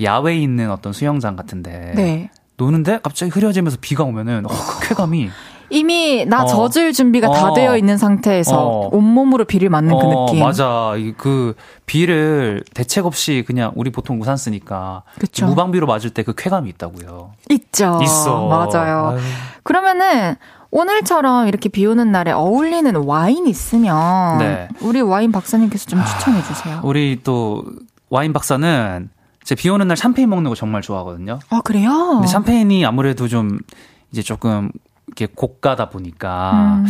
S8: 야외에 있는 어떤 수영장 같은데
S1: 네.
S8: 노는데 갑자기 흐려지면서 비가 오면은 어, 그 쾌감이
S1: 이미 나
S8: 어.
S1: 젖을 준비가 다
S8: 어.
S1: 되어 있는 상태에서
S8: 어.
S1: 온몸으로 비를 맞는 그
S8: 어,
S1: 느낌.
S8: 맞아. 이- 그 비를 대책 없이 그냥 우리 보통 우산 쓰니까
S1: 그쵸.
S8: 무방비로 맞을 때 그 쾌감이 있다고요.
S1: 있죠.
S8: 있어.
S1: 맞아요.
S8: 아유.
S1: 그러면은 오늘처럼 이렇게 비 오는 날에 어울리는 와인 있으면
S8: 네. 아.
S1: 우리 와인 박사님께서 좀 추천해 주세요.
S8: 우리 또 와인 박사는 제 비 오는 날 샴페인 먹는 거 정말 좋아하거든요.
S1: 아, 그래요?
S8: 근데 샴페인이 아무래도 좀 이제 조금 이렇게 고가다 보니까
S1: 음.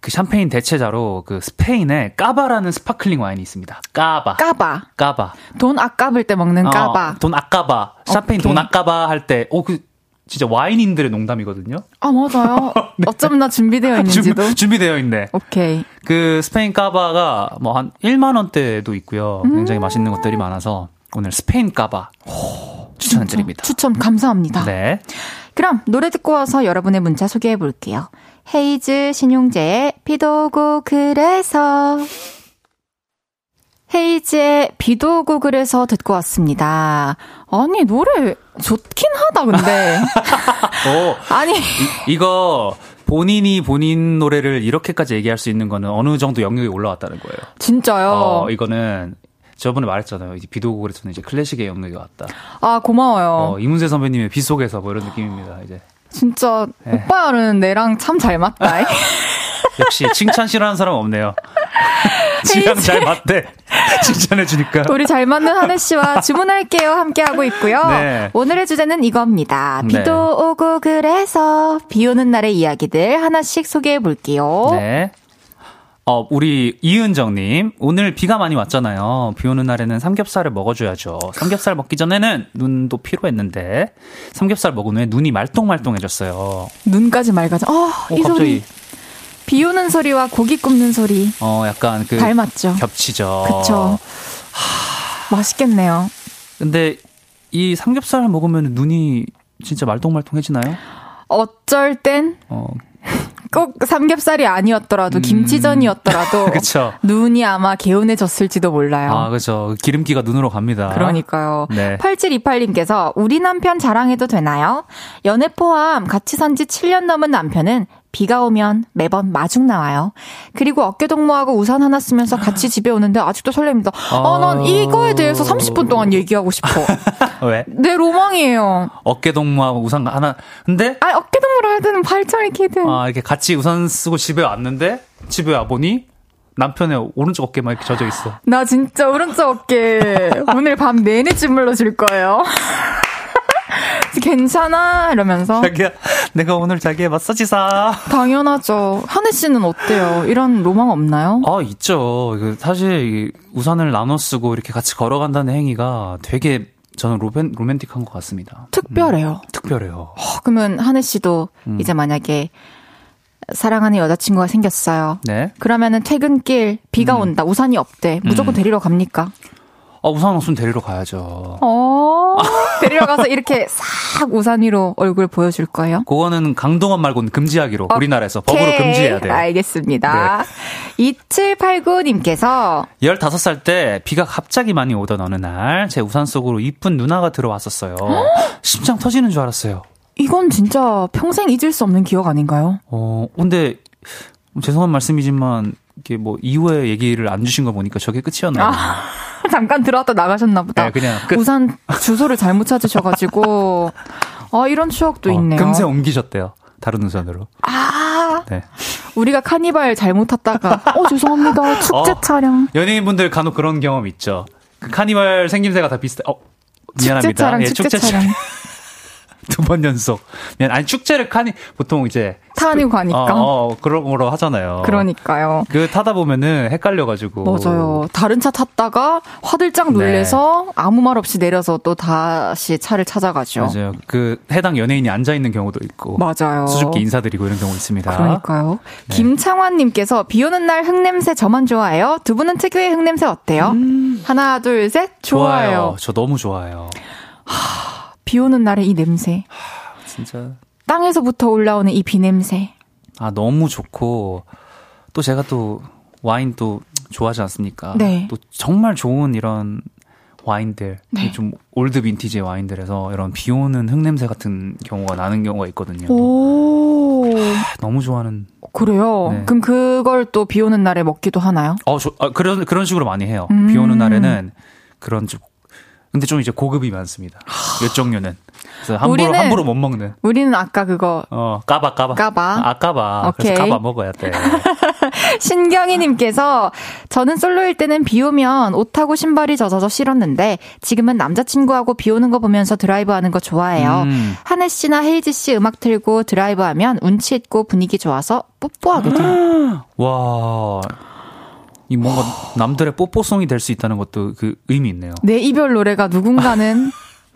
S8: 그 샴페인 대체자로 그 스페인의 까바라는 스파클링 와인이 있습니다. 까바.
S1: 까바.
S8: 까바.
S1: 돈 아깝을 때 먹는 까바.
S8: 어, 돈 아까바. 샴페인
S1: 오케이.
S8: 돈 아까바 할 때, 어, 그, 진짜 와인인들의 농담이거든요?
S1: 아, 맞아요. 어쩜 나 준비되어 있는지도.
S8: 네. 준비- 준비되어 있네.
S1: 오케이. 그
S8: 그 스페인 까바가 뭐 한 1만원대도 있고요. 굉장히 맛있는 것들이 많아서 오늘 스페인 까바 추천드립니다.
S1: 저 추천 감사합니다.
S8: 네.
S1: 그럼 노래 듣고 와서 여러분의 문자 소개해 볼게요. 헤이즈 신용재의 비도 오고 그래서 헤이즈의 비도 오고 그래서 듣고 왔습니다. 아니 노래 좋긴 하다 근데
S8: 오,
S1: 아니
S8: 이거 본인이 본인 노래를 이렇게까지 얘기할 수 있는 거는 어느 정도 영역이 올라왔다는 거예요.
S1: 진짜요.
S8: 어, 이거는 저번에 말했잖아요. 이제 비도 오고 그래서는 이제 클래식의 영역이 왔다.
S1: 아 고마워요.
S8: 어, 이문세 선배님의 비 속에서 뭐 이런 느낌입니다. 이제
S1: 진짜
S8: 네.
S1: 오빠는 내랑 참 잘 맞다.
S8: 역시 칭찬 싫어하는 사람 은 없네요. 지향 잘 맞대. 칭찬해 주니까.
S1: 우리 잘 맞는 한혜 씨와 주문할게요 함께하고 있고요.
S8: 네.
S1: 오늘의 주제는 이겁니다.
S8: 네.
S1: 비도 오고 그래서 비 오는 날의 이야기들 하나씩 소개해 볼게요.
S8: 네. 어, 우리 이은정님, 오늘 비가 많이 왔잖아요. 비 오는 날에는 삼겹살을 먹어줘야죠. 삼겹살 먹기 전에는 눈도 피로했는데, 삼겹살 먹은 후에 눈이 말똥말똥해졌어요. 어,
S1: 눈까지 맑아져. 어, 이
S8: 갑자기,
S1: 소리. 비 오는 소리와 고기 굽는 소리
S8: 어, 약간 그,
S1: 닮았죠.
S8: 겹치죠.
S1: 그쵸. 맛있겠네요.
S8: 근데 이 삼겹살 먹으면 눈이 진짜 말똥말똥해지나요?
S1: 어쩔 땐 꼭
S8: 어,
S1: 삼겹살이 아니었더라도 김치전이었더라도
S8: 음. 그쵸.
S1: 눈이 아마 개운해졌을지도 몰라요.
S8: 아, 그죠. 기름기가 눈으로 갑니다.
S1: 어. 그러니까요.
S8: 아, 네.
S1: 8728님께서 우리 남편 자랑해도 되나요? 연애 포함 같이 산 지 7년 넘은 남편은 비가 오면 매번 마중 나와요. 그리고 어깨 동무하고 우산 하나 쓰면서 같이 집에 오는데 아직도 설렙니다. 아, 난 이거에 대해서 30분 동안 얘기하고 싶어.
S8: 왜?
S1: 내 로망이에요.
S8: 어깨 동무하고 우산 하나. 근데
S1: 아, 어깨 동무를 하든 발차기 키든.
S8: 아, 이렇게 같이 우산 쓰고 집에 왔는데 집에 와 보니 남편의 오른쪽 어깨만 이렇게 젖어 있어.
S1: 나 진짜 오른쪽 어깨 오늘 밤 내내 찌물러 줄 거예요. 괜찮아 이러면서
S8: 자기야, 내가 오늘 자기의 마사지 사.
S1: 당연하죠. 한혜 씨는 어때요? 이런 로망 없나요?
S8: 아, 있죠. 그 사실 이 우산을 나눠 쓰고 이렇게 같이 걸어간다는 행위가 되게 저는 로맨, 로맨틱한 것 같습니다.
S1: 특별해요.
S8: 음. 특별해요.
S1: 어, 그러면 한혜 씨도
S8: 음.
S1: 이제 만약에 사랑하는 여자친구가 생겼어요.
S8: 네. 음.
S1: 그러면은 퇴근길 비가 온다. 우산이 없대. 무조건 데리러 갑니까?
S8: 아, 우산 없으면 데리러 가야죠.
S1: 어. 데리러 가서 이렇게 싹 우산 위로 얼굴 보여줄 거예요. 네,
S8: 그거는 강동원 말고는 금지하기로 우리나라에서 법으로
S1: 아, 오케이.
S8: 금지해야 돼요. 네.
S1: 알겠습니다. 2789님께서
S8: 15살 때 비가 갑자기 많이 오던 어느 날 제 우산 속으로 이쁜 누나가 들어왔었어요. 심장 터지는 줄 알았어요.
S1: 이건 진짜 평생 잊을 수 없는 기억 아닌가요?
S8: 어, 근데 죄송한 말씀이지만 이게 뭐 이후에 얘기를 안 주신 거 보니까 저게 끝이었나요?
S1: 아. 잠깐 들어왔다 나가셨나 보다.
S8: 네, 그냥 끝.
S1: 우산 주소를 잘못 찾으셔가지고 아 이런 추억도
S8: 어,
S1: 있네요.
S8: 금세 옮기셨대요. 다른 우산으로.
S1: 아
S8: 네.
S1: 우리가 카니발 잘못 탔다가 어 죄송합니다 축제
S8: 어.
S1: 차량
S8: 연예인분들 간혹 그런 경험 있죠. 그 카니발 생김새가 다 비슷해. 어, 미안합니다.
S1: 축제 차량
S8: 예,
S1: 축제,
S8: 축제
S1: 차량
S8: 두 번 연속. 미안. 아니 축제를 카니 보통 이제
S1: 타 아니고 가니까
S8: 어, 어, 그런 거로 하잖아요.
S1: 그러니까요.
S8: 그 타다 보면은 헷갈려가지고.
S1: 맞아요. 다른 차 탔다가
S8: 네.
S1: 화들짝 놀래서 아무 말 없이 내려서 또 다시 차를 찾아가죠.
S8: 맞아요. 그 해당 연예인이 앉아 있는 경우도 있고.
S1: 맞아요.
S8: 수줍게 인사드리고 네. 이런 경우 있습니다.
S1: 그러니까요. 김창환님께서 비 오는 날 흙냄새 저만 좋아해요. 두 분은 특유의 흙냄새 어때요?
S8: 음.
S1: 하나, 둘, 셋. 좋아요.
S8: 저 너무 좋아요.
S1: 비 오는 날의 이 냄새.
S8: 진짜.
S1: 땅에서부터 올라오는 이 비냄새.
S8: 아, 너무 좋고. 또 제가 또 와인 또 좋아하지 않습니까?
S1: 네.
S8: 또 정말 좋은 이런 와인들.
S1: 네.
S8: 좀 올드 빈티지의 와인들에서 이런 비 오는 흙냄새 같은 경우가 나는 경우가 있거든요.
S1: 오.
S8: 아, 너무 좋아하는.
S1: 그래요.
S8: 네.
S1: 그럼 그걸 또 비 오는 날에 먹기도 하나요?
S8: 어, 저, 아, 그런, 그런 식으로 많이 해요.
S1: 음.
S8: 비 오는 날에는 그런 좀. 근데 좀 이제 고급이 많습니다. 몇 종류는. 그래서 함부로,
S1: 우리는-
S8: 함부로 못 먹는.
S1: 우리는 아까 그거
S8: 어, 까봐, 까봐.
S1: 까봐.
S8: 아, 까봐. 그래서
S1: 오케이.
S8: 까봐 먹어야 돼.
S1: 신경이님께서 저는 솔로일 때는 비 오면 옷하고 신발이 젖어서 싫었는데 지금은 남자친구하고 비 오는 거 보면서 드라이브하는 거 좋아해요.
S8: 음.
S1: 한혜 씨나 헤이지 씨 음악 틀고 드라이브하면 운치 있고 분위기 좋아서 뽀뽀하게
S8: 음.
S1: 돼요.
S8: 와. 이 뭔가 남들의 뽀뽀송이 될 수 있다는 것도 그 의미 있네요.
S1: 내 이별 노래가 누군가는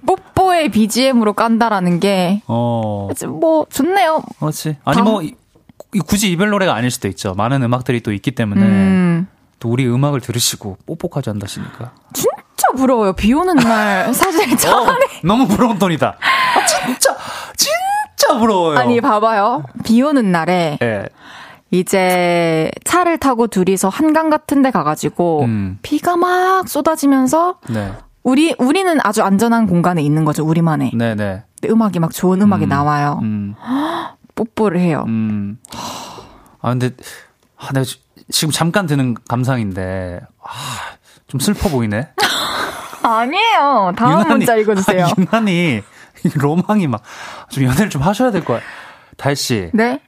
S1: 뽀뽀의 BGM으로 깐다라는 게.
S8: 어.
S1: 뭐 좋네요.
S8: 그렇지. 아니
S1: 다음-
S8: 뭐 이- 이- 굳이 이별 노래가 아닐 수도 있죠. 많은 음악들이 또 있기 때문에
S1: 음,
S8: 또 우리 음악을 들으시고 뽀뽀까지 한다시니까.
S1: 진짜 부러워요. 비 오는 날 사실
S8: 어,
S1: 참
S8: 너무 부러운 돈이다. 아, 진짜 진짜 부러워요.
S1: 아니 봐봐요. 비 오는 날에
S8: 예.
S1: 이제 차를 타고 둘이서 한강 같은 데 가가지고
S8: 음.
S1: 비가 막 쏟아지면서
S8: 네.
S1: 우리 우리는 아주 안전한 공간에 있는 거죠 우리만의
S8: 네, 네.
S1: 근데 음악이 막 좋은 음악이
S8: 음.
S1: 나와요
S8: 음.
S1: 뽀뽀를 해요
S8: 음. 아, 근데, 아, 내가 지- 지금 잠깐 드는 감상인데, 아, 좀 슬퍼 보이네.
S1: 아니에요 다음 문자 읽어주세요
S8: 아, 유난히, 이 로망이 막, 좀 연애를 좀 하셔야 될 거야. 달씨,
S1: 네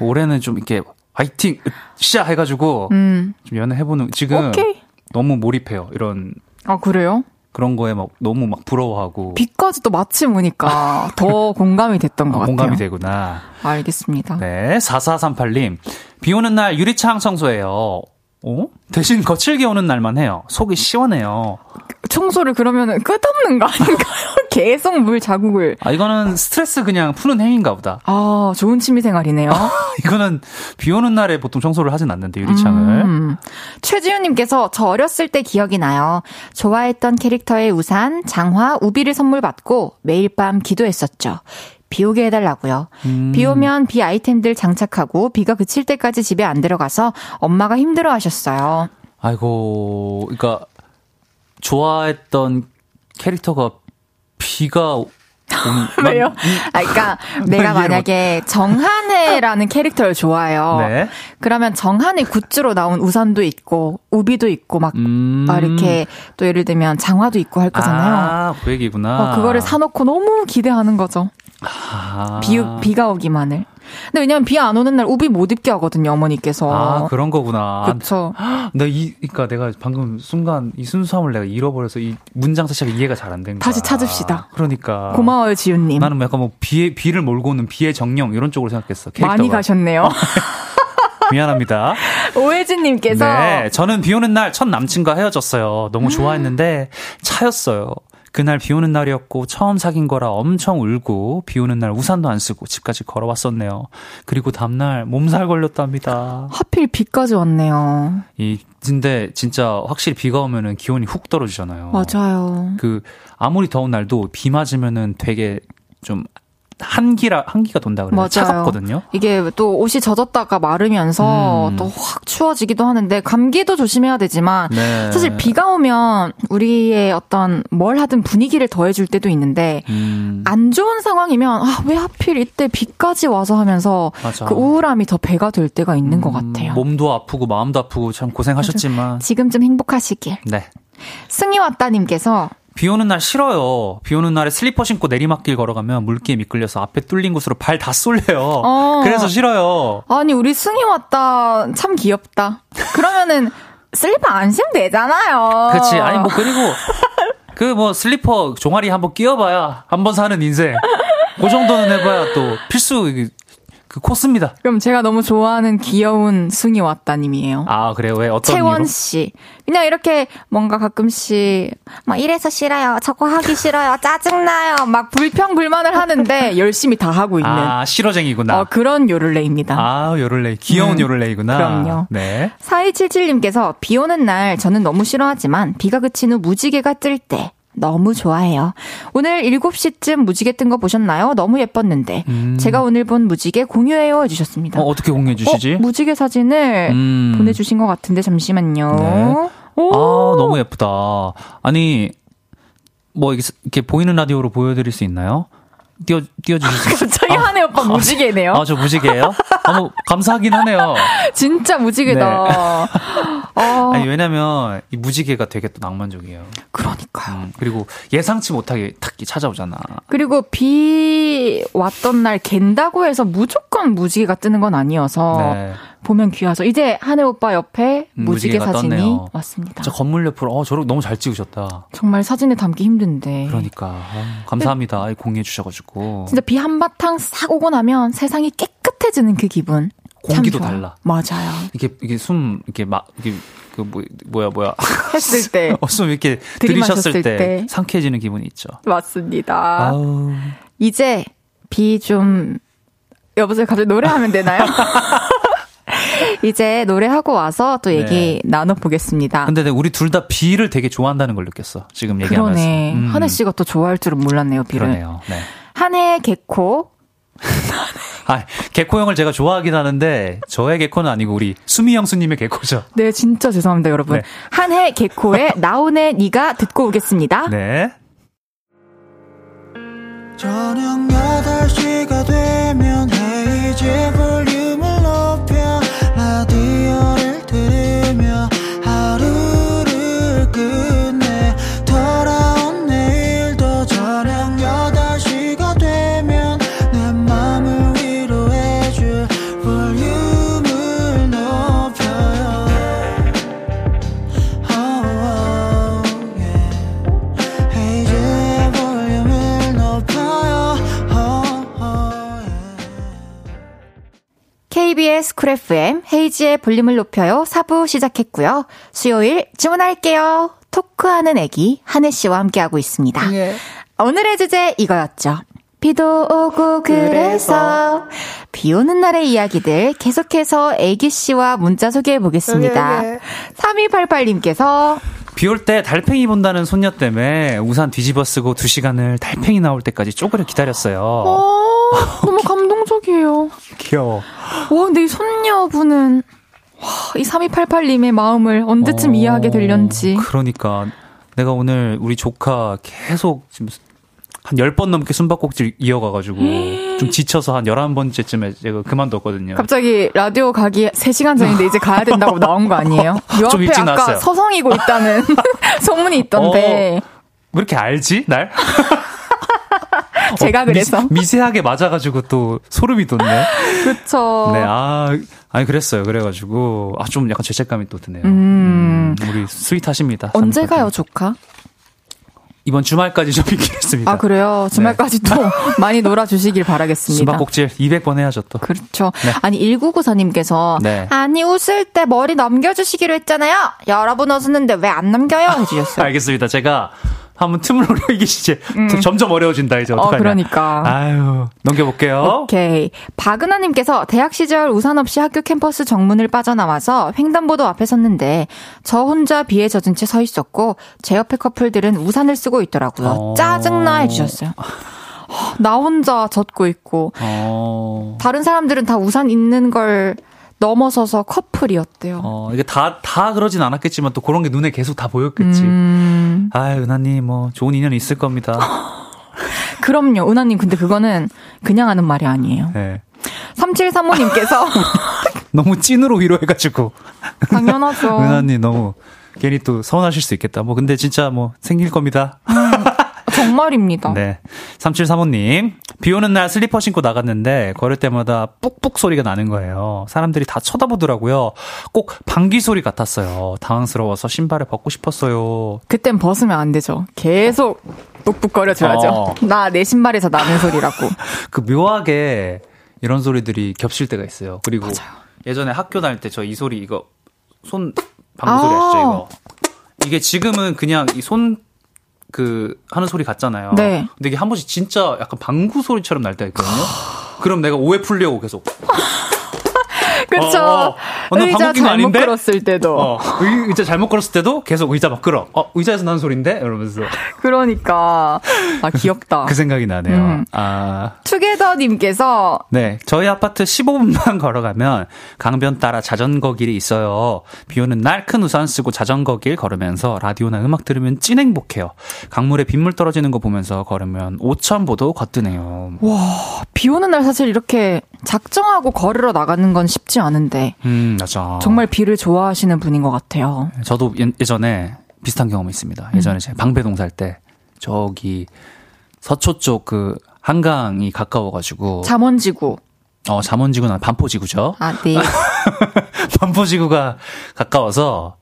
S8: 올해는 좀 이렇게, 화이팅! 시작! 해가지고,
S1: 음.
S8: 좀 연애해보는, 지금,
S1: 오케이.
S8: 너무 몰입해요. 이런,
S1: 아 그래요?
S8: 그런 거에 막, 너무 막 부러워하고,
S1: 비까지 또 마침 오니까 더 공감이 됐던 것
S8: 아,
S1: 같아요.
S8: 공감이 되구나.
S1: 알겠습니다.
S8: 네, 4438님. 비 오는 날 유리창 청소해요. 어? 대신 거칠게 오는 날만 해요. 속이 시원해요.
S1: 청소를 그러면 끝없는 거 아닌가요? 계속 물 자국을.
S8: 아, 이거는 스트레스 그냥 푸는 행위인가 보다. 아,
S1: 아 좋은 취미 생활이네요.
S8: 이거는 비 오는 날에 보통 청소를 하진 않는데, 유리창을.
S1: 음. 최지윤님께서 저 어렸을 때 기억이 나요. 좋아했던 캐릭터의 우산, 장화, 우비를 선물 받고 매일 밤 기도했었죠. 비 오게 해달라고요. 비 오면 비 아이템들 장착하고 비가 그칠 때까지 집에 안 들어가서 엄마가 힘들어 하셨어요.
S8: 아이고, 그러니까 그니까, 좋아했던 캐릭터가 비가
S1: 왜요? 아, 그러니까 내가 만약에 정한해라는 캐릭터를 좋아해요.
S8: 네.
S1: 그러면 정한해 굿즈로 나온 우산도 있고 우비도 있고 막,
S8: 음.
S1: 막 아, 이렇게 또 예를 들면 장화도 있고 할 거잖아요.
S8: 아, 그 얘기구나.
S1: 어, 그거를 사놓고 너무 기대하는 거죠.
S8: 아.
S1: 비, 비가 오기만을. 근데 왜냐면 비 안 오는 날 우비 못 입게 하거든요, 어머니께서.
S8: 아, 그런 거구나.
S1: 그쵸.
S8: 나 이, 그니까 내가 방금 순간 이 순수함을 내가 잃어버려서 이 문장 자체가 이해가 잘 안 된 거야.
S1: 다시 찾읍시다.
S8: 그러니까.
S1: 고마워요, 지윤님.
S8: 나는 뭐 약간 뭐 비에, 비를 몰고 오는 비의 정령 이런 쪽으로 생각했어. 캐릭터가. 어.
S1: 많이 가셨네요.
S8: 미안합니다.
S1: 오혜진님께서. 음.
S8: 네, 저는 비 오는 날 첫 남친과 헤어졌어요. 너무 좋아했는데 차였어요. 그날 비 오는 날이었고 처음 사귄 거라 엄청 울고 비 오는 날 우산도 안 쓰고 집까지 걸어왔었네요. 그리고 다음날 몸살 걸렸답니다.
S1: 하필 비까지 왔네요.
S8: 이 근데 진짜 확실히 비가 오면은 기온이 훅 떨어지잖아요.
S1: 맞아요.
S8: 그 아무리 더운 날도 비 맞으면은 되게 좀 한기라 한기가 돈다 그래요.
S1: 맞아요.
S8: 차갑거든요.
S1: 이게 또 옷이 젖었다가 마르면서
S8: 음.
S1: 또 확 추워지기도 하는데 감기도 조심해야 되지만
S8: 네.
S1: 사실 비가 오면 우리의 어떤 뭘 하든 분위기를 더해줄 때도 있는데
S8: 음,
S1: 안 좋은 상황이면 아, 왜 하필 이때 비까지 와서 하면서
S8: 맞아.
S1: 그 우울함이 더 배가 될 때가 있는 것
S8: 음,
S1: 같아요.
S8: 몸도 아프고 마음도 아프고 참 고생하셨지만
S1: 지금 좀 행복하시길.
S8: 네.
S1: 승희 왔다님께서
S8: 비 오는 날 싫어요. 비 오는 날에 슬리퍼 신고 내리막길 걸어가면 물기에 미끌려서 앞에 뚫린 곳으로 발 다 쏠려요.
S1: 어.
S8: 그래서 싫어요.
S1: 아니 우리 승희 왔다 참 귀엽다. 그러면은 슬리퍼 안 신면 되잖아요.
S8: 그렇지. 아니 뭐 그리고 그 뭐 슬리퍼 종아리 한번 끼워봐야 한 번 사는 인생. 그 정도는 해봐야 또 필수 그- 그 코스입니다.
S1: 그럼 제가 너무 좋아하는 귀여운 승희 왔다님이에요.
S8: 아 그래요? 왜 어떤
S1: 채원
S8: 이유로?
S1: 씨. 그냥 이렇게 뭔가 가끔씩 막 이래서 싫어요. 저거 하기 싫어요. 짜증나요. 막 불평 불만을 하는데 열심히 다 하고 있는
S8: 아 실어쟁이구나.
S1: 어, 그런 요를레입니다.
S8: 아 요럴레이 귀여운
S1: 음,
S8: 요럴레이구나.
S1: 그럼요.
S8: 네.
S1: 4277님께서 비 오는 날 저는 너무 싫어하지만 비가 그친 후 무지개가 뜰 때 너무 좋아해요. 오늘 7시쯤 무지개 뜬 거 보셨나요? 너무 예뻤는데. 제가 오늘 본 무지개 공유해요 해주셨습니다.
S8: 음. 어, 어떻게 공유해 주시지?
S1: 어, 무지개 사진을
S8: 음.
S1: 보내주신 것 같은데 잠시만요.
S8: 네.
S1: 오.
S8: 아 너무 예쁘다. 아니 뭐 이게 스- 이렇게 보이는 라디오로 보여드릴 수 있나요? 띄워 띄워 주실 수 있어요? 아,
S1: 갑자기 한해 오빠 무지개네요.
S8: 아저 무지개예요? 너무 감사하긴 하네요.
S1: 진짜 무지개다. 어,
S8: 네. 아니 왜냐면 이 무지개가 되게 또 낭만적이에요.
S1: 그러니까요.
S8: 음, 그리고 예상치 못하게 탁 찾아오잖아.
S1: 그리고 비 왔던 날 갠다고 해서 무조건 무지개가 뜨는 건 아니어서
S8: 네.
S1: 보면 귀하죠. 이제 하늘 오빠 옆에
S8: 음,
S1: 무지개
S8: 무지개가
S1: 사진이
S8: 떴네요.
S1: 왔습니다.
S8: 저 건물 옆으로 어 저렇게 너무 잘 찍으셨다.
S1: 정말 사진에 담기 힘든데.
S8: 그러니까 아, 감사합니다. 공유해 주셔가지고
S1: 음. 네. 진짜 비 한바탕 싹 오고 나면 세상이 깨끗해지는 그 기분. 참
S8: 공기도
S1: 좋아요.
S8: 달라.
S1: 맞아요.
S8: 이게 이게 숨 이게 막 이게 그 뭐 뭐야 뭐야
S1: 했을 때.
S8: 어, 숨 이렇게
S1: 들이마셨을
S8: 들이셨을 때,
S1: 때.
S8: 상쾌해지는 기분이 있죠.
S1: 맞습니다.
S8: 아우
S1: 이제 비 좀 여보세요 갑자기 노래하면 되나요? 이제 노래하고 와서 또 얘기 나눠보겠습니다.
S8: 네. 근데 내가 우리 둘 다 비를 되게 좋아한다는 걸 느꼈어. 지금 얘기하면서.
S1: 그러네.
S8: 음,
S1: 한혜 씨가 또 좋아할 줄은 몰랐네요, 비를.
S8: 그러네요. 네.
S1: 한혜의 개코.
S8: 아 개코 형을 제가 좋아하긴 하는데 저의 개코는 아니고 우리 수미 형수님의 개코죠.
S1: 네, 진짜 죄송합니다, 여러분.
S8: 네.
S1: 한혜 개코의 나온의 니가 듣고 오겠습니다.
S8: 네.
S5: 저녁 8시가 되면 헤이지 볼륨을 높여 라디오를 들으며 하루를 끝내 돌아온 내일도 저녁 8시가 되면 내 맘을 위로해줄 볼륨을 높여요 oh, oh, yeah. 헤이즈의 볼륨을 높여요 Oh,
S1: KBS 쿨 FM 헤이지의 볼륨을 높여요. 4부 시작했고요. 수요일 주문할게요. 토크하는 애기 한혜 씨와 함께하고 있습니다. 오늘의 주제 이거였죠. 비도 오고 그래서 비 오는 날의 이야기들 계속해서 애기 씨와 문자 소개해 보겠습니다. 3288님께서
S8: 비 올 때 달팽이 본다는 손녀 때문에 우산 뒤집어 쓰고 두 시간을 달팽이 나올 때까지 쪼그려 기다렸어요.
S1: 너무 감동적이에요.
S8: 귀여워.
S1: 와, 근데 이 손녀분은 와, 이 3288님의 마음을 언제쯤
S8: 어,
S1: 그 이해하게 될련지.
S8: 그러니까 내가 오늘 우리 조카 계속 지금 한 10번 넘게 숨바꼭질 이어가가지고 좀 지쳐서 한 11번째쯤에 제가 그만뒀거든요.
S1: 음. 그러니까. 갑자기 라디오 가기 3시간 전인데 이제 가야 된다고 나온 거 아니에요? 요
S8: 어, 좀
S1: 앞에
S8: 일찍
S1: 아까
S8: 나왔어요.
S1: 서성이고 있다는 소문이 있던데
S8: 어, 왜 이렇게 알지? 날?
S1: 제가
S8: 어,
S1: 그래서
S8: 미세, 하게 맞아가지고 또 소름이 돋네.
S1: 그쵸
S8: 네, 아, 아니, 그랬어요. 그래가지고, 아, 좀 약간 죄책감이 또 드네요.
S1: 음.
S8: 우리 스윗하십니다.
S1: 언제
S8: 삼촌.
S1: 가요 조카?
S8: 이번 주말까지 네. 좀 있겠습니다.
S1: 아 그래요 주말까지 또 많이 놀아주시길 바라겠습니다
S8: 숨바꼭질 200번 해야죠, 또.
S1: 그렇죠.
S8: 네.
S1: 아니 1994님께서
S8: 네.
S9: 아니 웃을 때 머리 넘겨주시기로 했잖아요. 여러분 웃었는데 왜 안 넘겨요? 해주셨어요.
S8: 알겠습니다. 제가 한번 틈을 노려 이게 이제 점점 어려워진다, 이제.
S1: 어
S8: 어떡하냐.
S1: 그러니까
S8: 아유, 넘겨볼게요.
S9: 오케이. 박은하님께서 대학 시절 우산 없이 학교 캠퍼스 정문을 빠져나와서 횡단보도 앞에 섰는데 저 혼자 비에 젖은 채 서 있었고 제 옆에 커플들은 우산을 쓰고 있더라고요.
S8: 어.
S9: 짜증나 해주셨어요. 하, 나 혼자 젖고 있고
S8: 어.
S9: 다른 사람들은 다 우산 있는 걸 넘어서서 커플이었대요.
S8: 어, 이게 다, 다 그러진 않았겠지만 또 그런 게 눈에 계속 다 보였겠지.
S1: 음.
S9: 음,
S8: 아유, 은하님, 뭐, 좋은 인연이 있을 겁니다.
S1: 그럼요 은하님 근데 그거는 그냥 하는 말이 아니에요
S8: 네.
S1: 3735님께서
S8: 너무 찐으로 위로해가지고.
S1: 당연하죠
S8: 은하님 너무 괜히 또 서운하실 수 있겠다. 뭐 근데 진짜 뭐 생길 겁니다.
S1: 정말입니다
S8: 네. 3735님. 비 오는 날 슬리퍼 신고 나갔는데 걸을 때마다 뿍뿍 소리가 나는 거예요. 사람들이 다 쳐다보더라고요. 꼭 방귀 소리 같았어요. 당황스러워서 신발을 벗고 싶었어요.
S1: 그땐 벗으면 안 되죠 계속 뚝뚝거려줘야죠
S8: 어.
S1: 나 내 신발에서 나는 소리라고
S8: 그 묘하게 이런 소리들이 겹칠 때가 있어요. 그리고 예전에 학교 다닐 때 저 이 소리 이거 손 방구 소리 아시죠 이거 이게 지금은 그냥 이 손 그 하는 소리 같잖아요.
S1: 네.
S8: 근데 이게 한 번씩 진짜 약간 방구 소리처럼 날 때가 있거든요. 그럼 내가 오해 풀려고 계속
S1: 그쵸
S8: 어, 어. 어, 나
S1: 의자
S8: 방귀
S1: 잘못
S8: 낀거 아닌데?
S1: 끌었을 때도
S8: 어, 의, 의자 잘못 걸었을 때도 계속 의자 막 끌어. 어, 의자에서 나는 소리인데? 이러면서
S1: 그러니까 아 귀엽다
S8: 그 생각이 나네요.
S1: 음.
S8: 아,
S1: 투게더님께서
S8: 네, 저희 아파트 15분만 걸어가면 강변 따라 자전거 길이 있어요. 비 오는 날 큰 우산 쓰고 자전거 길 걸으면서 라디오나 음악 들으면 찐 행복해요. 강물에 빗물 떨어지는 거 보면서 걸으면 5천보도 거뜨네요.
S1: 비 오는 날 사실 이렇게 작정하고 걸으러 나가는 건 쉽지 않은데
S8: 음, 맞아.
S1: 정말 비를 좋아하시는 분인 것 같아요.
S8: 저도 예- 예전에 비슷한 경험이
S1: 음.
S8: 있습니다. 예전에 제가 방배동 살 때 저기 서초 쪽 그 한강이 가까워가지고
S1: 잠원지구.
S8: 어 잠원지구나 반포지구죠.
S1: 아, 네.
S8: 반포지구가 가까워서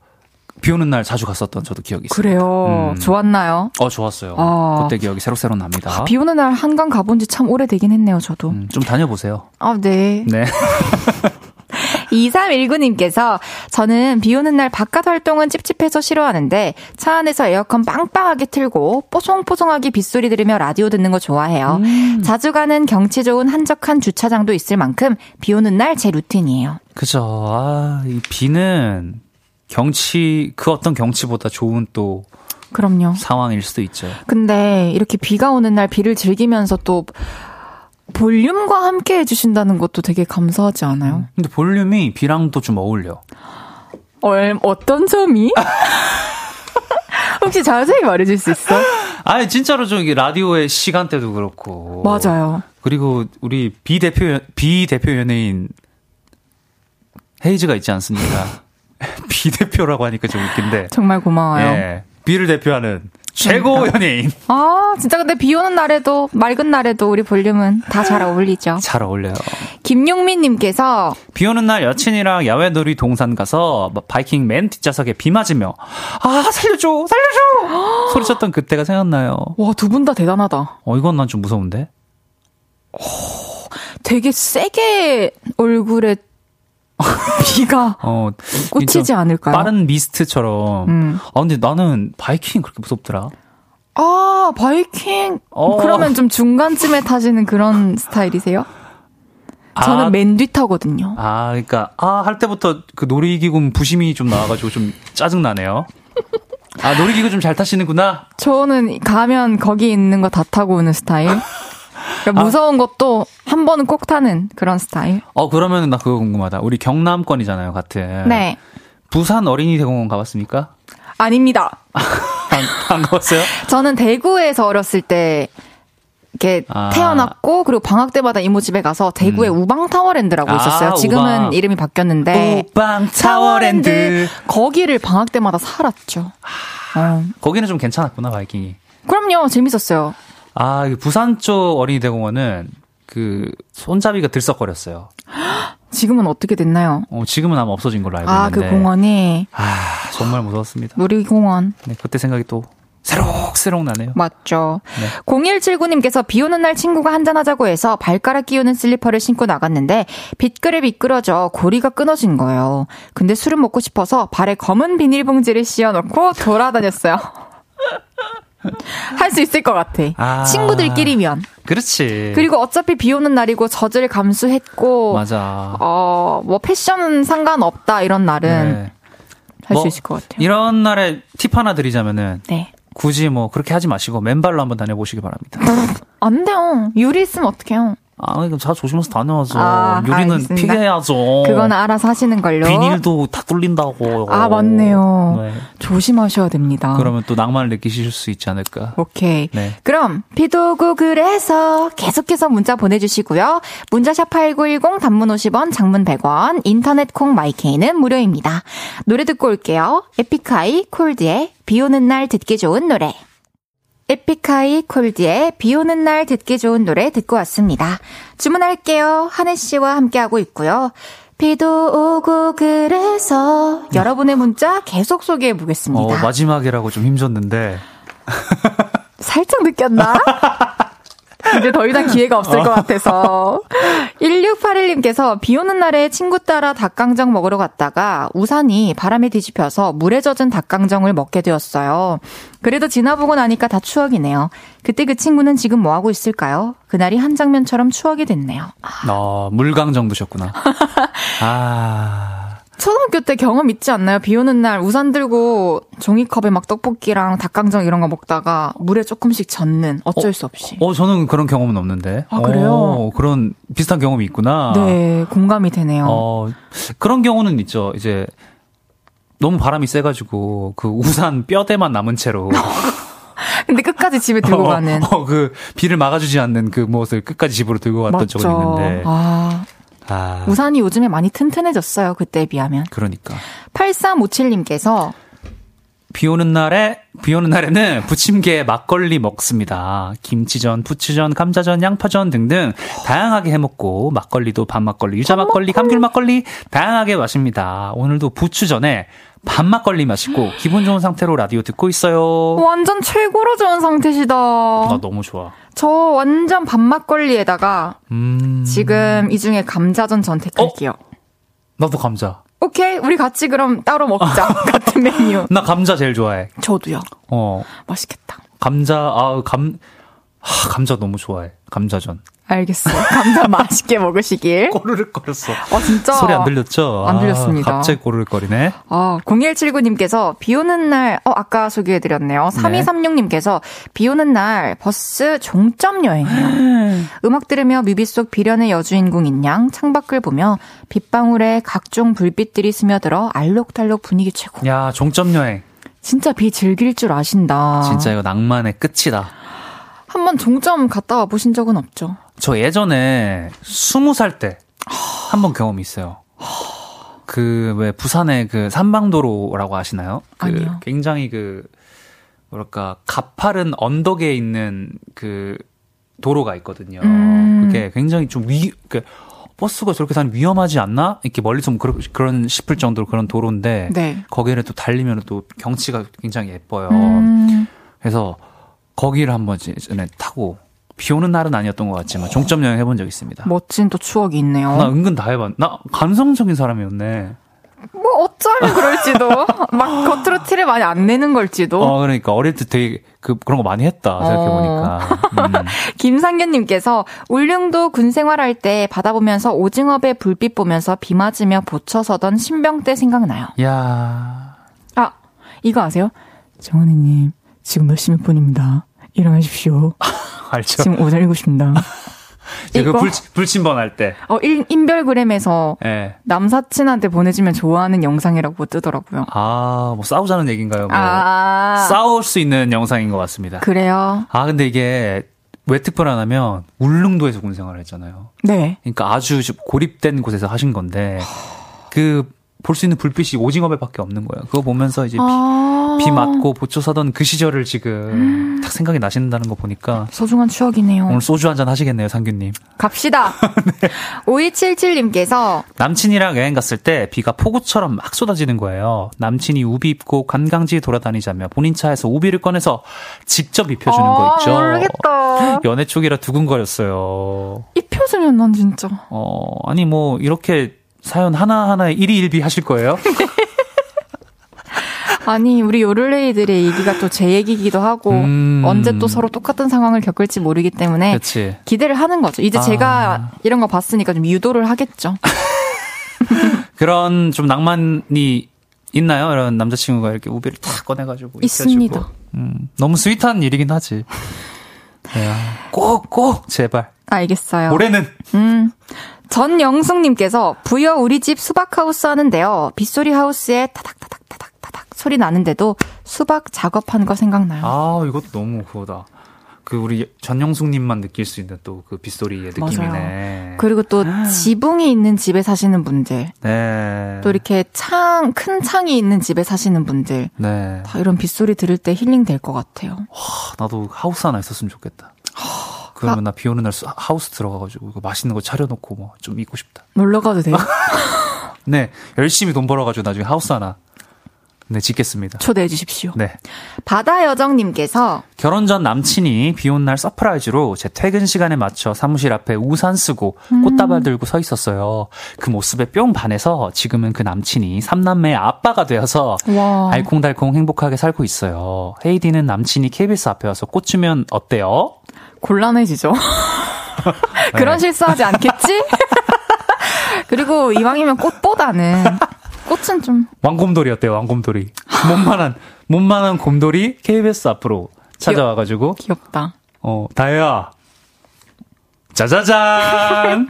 S8: 비 오는 날 자주 갔었던 저도 기억이 있어요.
S1: 그래요.
S8: 음.
S1: 좋았나요?
S8: 어 좋았어요.
S1: 아.
S8: 그때 기억이 새록새록 납니다.
S1: 비 오는 날 한강 가본 지 참 오래되긴 했네요, 저도.
S8: 음, 좀 다녀보세요.
S9: 아, 네.
S8: 네.
S9: 2319님께서 저는 비 오는 날 바깥 활동은 찝찝해서 싫어하는데 차 안에서 에어컨 빵빵하게 틀고 뽀송뽀송하게 빗소리 들으며 라디오 듣는 거 좋아해요.
S1: 음.
S9: 자주 가는 경치 좋은 한적한 주차장도 있을 만큼 비 오는 날 제 루틴이에요.
S8: 그죠. 아, 이 비는 경치 그 어떤 경치보다 좋은 또
S1: 그럼요.
S8: 상황일 수도 있죠.
S1: 근데 이렇게 비가 오는 날 비를 즐기면서 또 볼륨과 함께 해주신다는 것도 되게 감사하지 않아요?
S8: 근데 볼륨이 비랑도 좀 어울려.
S1: 얼, 어떤 점이? 혹시 자세히 말해줄 수 있어?
S8: 아니 진짜로 좀 이게 라디오의 시간대도 그렇고.
S1: 맞아요.
S8: 그리고 우리 비 대표 비 대표 연예인 헤이즈가 있지 않습니까? 비 대표라고 하니까 좀 웃긴데.
S1: 정말 고마워요. 음.
S8: 예. 비를 대표하는 최고 연예인.
S9: 아, 진짜 근데 비 오는 날에도 맑은 날에도 우리 볼륨은 다 잘
S1: 아.
S9: 어울리죠.
S8: 잘 어울려요.
S9: 김용민 님께서
S8: 비 오는 날 여친이랑 야외 놀이 동산 가서 바이킹 맨 뒷좌석에 비 맞으며 아 살려줘 살려줘 소리쳤던 그때가 생각나요.
S1: 와, 두 분 다 대단하다.
S8: 어 이건 난 좀 무서운데.
S1: 되게 세게 얼굴에 비가
S8: 어
S1: 꽂히지
S8: 진짜
S1: 않을까요?
S8: 빠른 미스트처럼.
S1: 음.
S8: 아 근데 나는 바이킹 그렇게 무섭더라.
S1: 아, 바이킹.
S8: 어.
S1: 그러면 좀 중간쯤에 타시는 그런 스타일이세요? 저는
S8: 아,
S1: 맨 뒤 타거든요.
S8: 아 그러니까 아 할 때부터 그 놀이기구 부심이 좀 나와가지고 좀 짜증 나네요. 아 놀이기구 좀 잘 타시는구나.
S1: 저는 가면 거기 있는 거 다 타고 오는 스타일.
S8: 아.
S1: 그러니까 무서운 것도 한 번은 꼭 타는 그런 스타일.
S8: 어 그러면 나 그거 궁금하다. 우리 경남권이잖아요 같은.
S9: 네.
S8: 부산 어린이 대공원 가봤습니까?
S1: 아닙니다.
S8: 안, 안 가봤어요?
S9: 저는 대구에서 어렸을 때
S1: 이렇게
S8: 아.
S1: 태어났고 그리고 방학 때마다 이모 집에 가서 대구에 우방 타워랜드라고
S8: 아,
S1: 있었어요. 지금은
S8: 우방.
S1: 이름이 바뀌었는데
S8: 우방 타워랜드.
S1: 거기를 방학 때마다 살았죠. 어.
S8: 거기는 좀 괜찮았구나 바이킹이.
S1: 그럼요 재밌었어요.
S8: 아이 부산 쪽 어린이 대공원은 그 손잡이가 들썩거렸어요.
S1: 지금은 어떻게 됐나요?
S8: 어, 지금은 아마 없어진 걸로 알고
S1: 아
S8: 있는데.
S1: 그 공원이
S8: 아, 정말 무서웠습니다.
S1: 놀이공원
S8: 네, 그때 생각이 또 새록새록 나네요.
S1: 맞죠. 0179님께서 비 오는 날 친구가 한잔하자고 해서 발가락 끼우는 슬리퍼를 신고 나갔는데 빗그릇 미끄러져 고리가 끊어진 거예요. 근데 술은 먹고 싶어서 발에 검은 비닐봉지를 씌워놓고 돌아다녔어요. 할 수 있을 것 같아.
S8: 아.
S1: 친구들끼리면.
S8: 그렇지.
S1: 그리고 어차피 비 오는 날이고 젖을 감수했고,
S8: 맞아.
S1: 어, 뭐 패션은 상관없다 이런 날은
S8: 네.
S1: 할 수
S8: 뭐,
S1: 있을 것 같아요.
S8: 이런 날에 팁 하나 드리자면은
S1: 네.
S8: 굳이 뭐 그렇게 하지 마시고 맨발로 한번 다녀보시기 바랍니다.
S1: 안 돼요. 유리 있으면 어떡해요.
S8: 아, 이거 잘 조심해서 다녀야죠.
S1: 아,
S8: 유리는
S1: 알겠습니다.
S8: 피해야죠.
S1: 그건 알아서 하시는 걸로.
S8: 어. 비닐도 다 뚫린다고.
S1: 아, 맞네요.
S8: 네.
S1: 조심하셔야 됩니다.
S8: 그러면 또 낭만을 느끼실 수 있지 않을까.
S1: 오케이.
S8: 네.
S1: 그럼 비도 오고 그래서 계속해서 문자 보내주시고요. 문자샵 8910 단문 50원, 장문 100원, 인터넷 콩 마이케이는 무료입니다. 노래 듣고 올게요. 에픽하이 콜드의 비 오는 날 듣기 좋은 노래. 에픽하이 콜드의 비 오는 날 듣기 좋은 노래 듣고 왔습니다. 주문할게요. 한혜 씨와 함께하고 있고요. 비도 오고 그래서 여러분의 문자 계속 소개해
S8: 어,
S1: 보겠습니다.
S8: 마지막이라고 좀 힘줬는데.
S1: 살짝 느꼈나? 이제 더 이상 기회가 없을 것 같아서. 1681님께서 비 오는 날에 친구 따라 닭강정 먹으러 갔다가 우산이 바람에 뒤집혀서 물에 젖은 닭강정을 먹게 되었어요. 그래도 지나보고 나니까 다 추억이네요. 그때 그 친구는 지금 뭐 하고 있을까요? 그날이 한 장면처럼 추억이 됐네요. 아,
S8: 어, 물강정 드셨구나. 아.
S1: 초등학교 때 경험 있지 않나요? 비 오는 날 우산 들고 종이컵에 막 떡볶이랑 닭강정 이런 거 먹다가 물에 조금씩 젖는 어쩔 수 없이.
S8: 어, 저는 그런 경험은 없는데.
S1: 아, 그래요?
S8: 어, 그런 비슷한 경험이 있구나.
S1: 네, 공감이 되네요.
S8: 어, 그런 경우는 있죠. 이제 너무 바람이 세가지고 그 우산 뼈대만 남은 채로
S1: 근데 끝까지 집에 어, 들고
S8: 어,
S1: 가는.
S8: 어, 그 비를 막아주지 않는 그 무엇을 끝까지 집으로 들고 갔던 적은 있는데.
S1: 아,
S8: 아,
S1: 우산이 요즘에 많이 튼튼해졌어요. 그때에 비하면.
S8: 그러니까
S1: 8357님께서
S8: 비 오는 날에 비 오는 날에는 부침개 막걸리 먹습니다. 김치전, 부추전, 감자전, 양파전 등등 다양하게 해 먹고 막걸리도 밤 막걸리, 유자 막걸리, 감귤 막걸리 다양하게 마십니다. 오늘도 부추전에 밤 막걸리 마시고 기분 좋은 상태로 라디오 듣고 있어요.
S1: 완전 최고로 좋은 상태시다.
S8: 나 너무 좋아.
S1: 저 완전 밥막걸리에다가
S8: 음. 어?
S1: 지금 이 중에 감자전 선택할게요.
S8: 나도 감자.
S1: 오케이, 우리 같이 그럼 따로 먹자. 같은 메뉴.
S8: 나 감자 제일 좋아해.
S1: 저도요.
S8: 어.
S1: 맛있겠다.
S8: 감자 아, 감 하, 감자 너무 좋아해. 감자전.
S1: 알겠어요. 감자 맛있게 먹으시길.
S8: 꼬르륵거렸어.
S1: 어, 진짜.
S8: 소리 안 들렸죠?
S1: 안
S8: 아,
S1: 들렸습니다.
S8: 갑자기 꼬르륵거리네.
S1: 아, 0179님께서 비 오는 날, 어, 아까 소개해드렸네요. 3236님께서 비 오는 날 버스 종점 여행이요. 음악 들으며 뮤비 속 비련의 여주인공인 양 창밖을 보며 빗방울에 각종 불빛들이 스며들어 알록달록 분위기 최고.
S8: 야, 종점 여행.
S1: 진짜 비 즐길 줄 아신다.
S8: 진짜 이거 낭만의 끝이다.
S1: 한번 종점 갔다 와 보신 적은 없죠?
S8: 저 예전에 스무 살 때 한 번 경험이 있어요. 그 왜 부산의 그 삼방도로라고 아시나요? 그
S1: 아니요.
S8: 굉장히 그 뭐랄까 가파른 언덕에 있는 그 도로가 있거든요.
S1: 음.
S8: 그게 굉장히 좀 위, 그 버스가 저렇게 다니 위험하지 않나? 이렇게 멀리서 뭐 그런, 그런 싶을 정도로 그런 도로인데
S1: 네.
S8: 거기를 또 달리면 또 경치가 굉장히 예뻐요.
S1: 음,
S8: 그래서 거기를 한번 전에 타고 비 오는 날은 아니었던 것 같지만 종점 여행 해본 적 있습니다.
S1: 멋진 또 추억이 있네요.
S8: 나 은근 다 해봤. 나 감성적인 사람이었네.
S1: 뭐 어쩌면 그럴지도 막 겉으로 티를 많이 안 내는 걸지도.
S8: 어 그러니까 어릴 때 되게 그 그런 거 많이
S1: 어.
S8: 했다 생각해 보니까. 음.
S1: 김상균님께서 울릉도 군 생활할 때 바다 보면서 오징어배 불빛 보면서 비 맞으며 보쳐 서던 신병 때 생각나요.
S8: 야
S1: 아, 이거 아세요? 정은이님, 지금 몇시 몇 분입니다. 일어나십시오.
S8: 알죠.
S1: 오전 7시입니다.
S8: 그
S1: 아, 이거?
S8: 불, 불침번 할 때.
S1: 어, 인, 인별그램에서
S8: 예.
S1: 남사친한테 보내주면 좋아하는 영상이라고 뜨더라고요.
S8: 아뭐 싸우자는 얘기인가요? 뭐.
S1: 아, 그
S8: 싸울 수 있는 영상인 것 같습니다.
S1: 그래요?
S8: 아 근데 이게 왜 특별 안 하면 울릉도에서 군생활을 했잖아요.
S1: 네.
S8: 그러니까 아주 좀 고립된 곳에서 하신 건데 그 볼 수 있는 불빛이 오징어배밖에 없는 거예요. 그거 보면서 이제 비,
S1: 아.
S8: 비 맞고 보초 사던 그 시절을 지금 딱 생각이 나신다는 거 보니까
S1: 소중한 추억이네요.
S8: 오늘 소주 한 잔 하시겠네요, 상규님.
S1: 갑시다. 네. 5277님께서
S8: 남친이랑 여행 갔을 때 비가 폭우처럼 막 쏟아지는 거예요. 남친이 우비 입고 관광지 돌아다니자며 본인 차에서 우비를 꺼내서 직접 입혀주는
S1: 어,
S8: 거 있죠.
S1: 아, 모르겠다.
S8: 연애 쪽이라 두근거렸어요.
S1: 입혀주면 난 진짜.
S8: 어, 아니 뭐 이렇게 사연 하나하나에 일희일비 하실 거예요?
S1: 아니 우리 요를레이들의 얘기가 또 제 얘기기도 하고
S8: 음.
S1: 언제 또 서로 똑같은 상황을 겪을지 모르기 때문에
S8: 그렇지.
S1: 기대를 하는 거죠. 이제
S8: 아.
S1: 제가 이런 거 봤으니까 좀 유도를 하겠죠.
S8: 그런 좀 낭만이 있나요? 이런 남자친구가 이렇게 우비를 탁 꺼내가지고
S1: 있습니다.
S8: 입혀주고. 음, 너무 스윗한 일이긴 하지. 네, 꼭, 꼭, 제발.
S1: 알겠어요.
S8: 올해는
S1: 음. 전영숙님께서 부여 우리 집 수박 하우스 하는데요. 빗소리 하우스에 타닥타닥 타닥 타닥 소리 나는데도 수박 작업한 거 생각나요.
S8: 아, 이것도 너무 그거다. 그 우리 전영숙님만 느낄 수 있는 또 그 빗소리의 느낌이네.
S1: 그리고 또
S8: 아.
S1: 지붕이 있는 집에 사시는 분들,
S8: 네.
S1: 또 이렇게 창, 큰 창이 있는 집에 사시는 분들,
S8: 네.
S1: 다 이런 빗소리 들을 때 힐링 될 것 같아요.
S8: 아, 나도 하우스 하나 있었으면 좋겠다. 그러면 나 비 오는 날 수- 하우스 들어가가지고 이거 맛있는 거 차려놓고 뭐 좀 입고 싶다.
S1: 놀러 가도 돼요?
S8: 네. 열심히 돈 벌어가지고 나중에 하우스 하나. 네, 짓겠습니다.
S1: 초대해 주십시오.
S8: 네.
S1: 바다 여정님께서
S8: 결혼 전 남친이 비 온 날 서프라이즈로 제 퇴근 시간에 맞춰 사무실 앞에 우산 쓰고
S1: 음.
S8: 꽃다발 들고 서 있었어요. 그 모습에 뿅 반해서 지금은 그 남친이 삼남매의 아빠가 되어서
S1: 와.
S8: 알콩달콩 행복하게 살고 있어요. 헤이디는 남친이 KBS 앞에 와서 꽃 주면 어때요?
S1: 곤란해지죠.
S8: 네.
S1: 그런 실수하지 않겠지? 그리고 이왕이면 꽃보다는 꽃은 좀
S8: 왕곰돌이 어때요? 왕곰돌이. 몸만한 몸만한 곰돌이 KBS 앞으로 찾아와가지고
S1: 귀엽다.
S8: 어 다혜야 짜자잔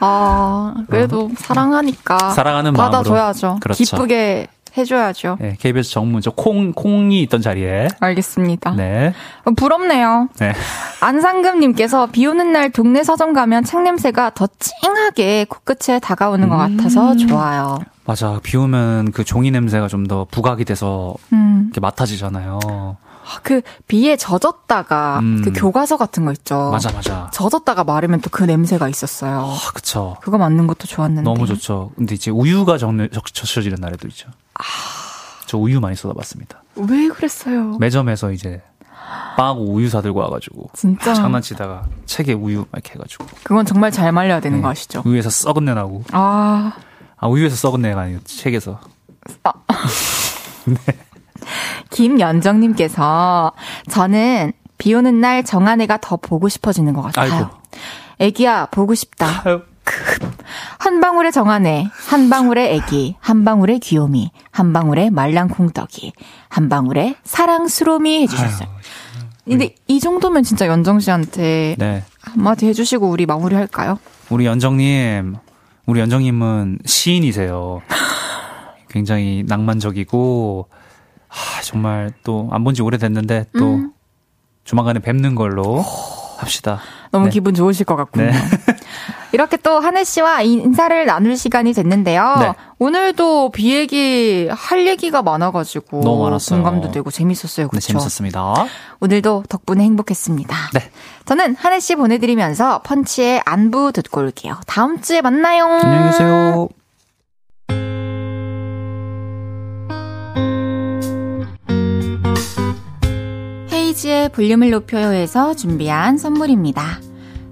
S1: 아 그래도 사랑하니까
S8: 음. 사랑하는 마음으로.
S1: 받아줘야죠.
S8: 그렇죠.
S1: 기쁘게 해줘야죠.
S8: 네, KBS 정문저 콩 콩이 있던 자리에
S1: 알겠습니다.
S8: 네
S1: 어, 부럽네요.
S8: 네.
S1: 안상금님께서 비 오는 날 동네 서점 가면 창 냄새가 더 찡하게 코끝에 다가오는 것 같아서 좋아요.
S8: 맞아 비 오면 그 종이 냄새가 좀 더 부각이 돼서
S1: 음.
S8: 이렇게 맡아지잖아요
S1: 아, 그 비에 젖었다가
S8: 음.
S1: 그 교과서 같은 거 있죠.
S8: 맞아 맞아
S1: 젖었다가 마르면 또 그 냄새가 있었어요.
S8: 아 그쵸
S1: 그거 맞는 것도 좋았는데.
S8: 너무 좋죠 근데 이제 우유가 적는 적셔지는 날에도 있죠
S1: 아.
S8: 저 우유 많이 쏟아봤습니다
S1: 왜
S8: 네.
S1: 그랬어요?
S8: 매점에서 이제 빵하고 우유 사들고 와가지고
S1: 진짜.
S8: 장난치다가 책에 우유 막 이렇게 해가지고
S1: 그건 정말 잘 말려야
S8: 네.
S1: 되는 거 아시죠?
S8: 우유에서 썩은 내 나고
S1: 아,
S8: 아 우유에서 썩은 내가 아니고 책에서
S1: 김연정님께서 저는 비 오는 날 정한애가 더 보고 싶어지는 것 같아요.
S8: 아이고.
S1: 애기야, 보고 싶다.
S8: 아유.
S1: 한 방울의 정한애, 한 방울의 애기, 한 방울의 귀요미, 한 방울의 말랑콩떡이, 한 방울의 사랑스러움이 해주셨어요. 근데 이 정도면 진짜 연정 씨한테
S8: 네
S1: 한마디 해주시고 우리 마무리할까요?
S8: 우리 연정님, 우리 연정님은 시인이세요. 굉장히 낭만적이고, 아, 정말 또 안 본 지 오래됐는데 또 조만간에 뵙는 걸로 합시다.
S1: 너무
S8: 네.
S1: 기분 좋으실 것 같군요.
S8: 네.
S1: 이렇게 또 한혜 씨와 인사를 나눌 시간이 됐는데요.
S8: 네.
S1: 오늘도 비 얘기 할 얘기가 많아가지고
S8: 너무 많았어요.
S1: 공감도 되고 재밌었어요.
S8: 네,
S1: 그렇죠.
S8: 재밌었습니다.
S1: 오늘도 덕분에 행복했습니다.
S8: 네.
S1: 저는 한혜 씨 보내드리면서 펀치의 안부 듣고 올게요. 다음 주에 만나요.
S8: 안녕히 계세요.
S10: 헤이지의 볼륨을 높여요에서 준비한 선물입니다.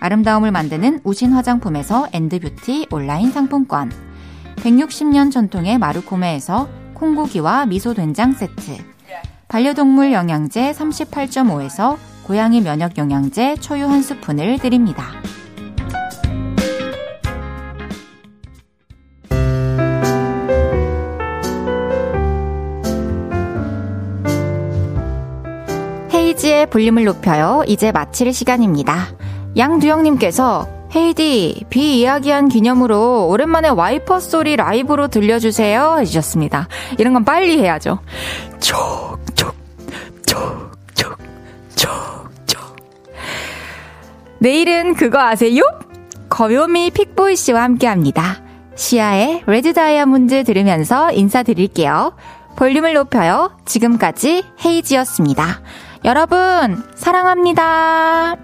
S10: 아름다움을 만드는 우신 화장품에서 엔드뷰티 온라인 상품권 160년 전통의 마루코메에서 콩고기와 미소된장 세트 반려동물 영양제 38.5에서 고양이 면역 영양제 초유 한 스푼을 드립니다.
S1: 헤이지의 볼륨을 높여요. 이제 마칠 시간입니다. 양두영님께서 헤이디, 비 이야기한 기념으로 오랜만에 와이퍼 소리 라이브로 들려주세요. 해주셨습니다. 이런 건 빨리 해야죠. 촉, 촉, 촉, 촉, 촉, 촉. 내일은 그거 아세요? 거요미 픽보이 씨와 함께 합니다. 시아의 레드 다이아몬드 들으면서 인사드릴게요. 볼륨을 높여요. 지금까지 헤이지였습니다. 여러분, 사랑합니다.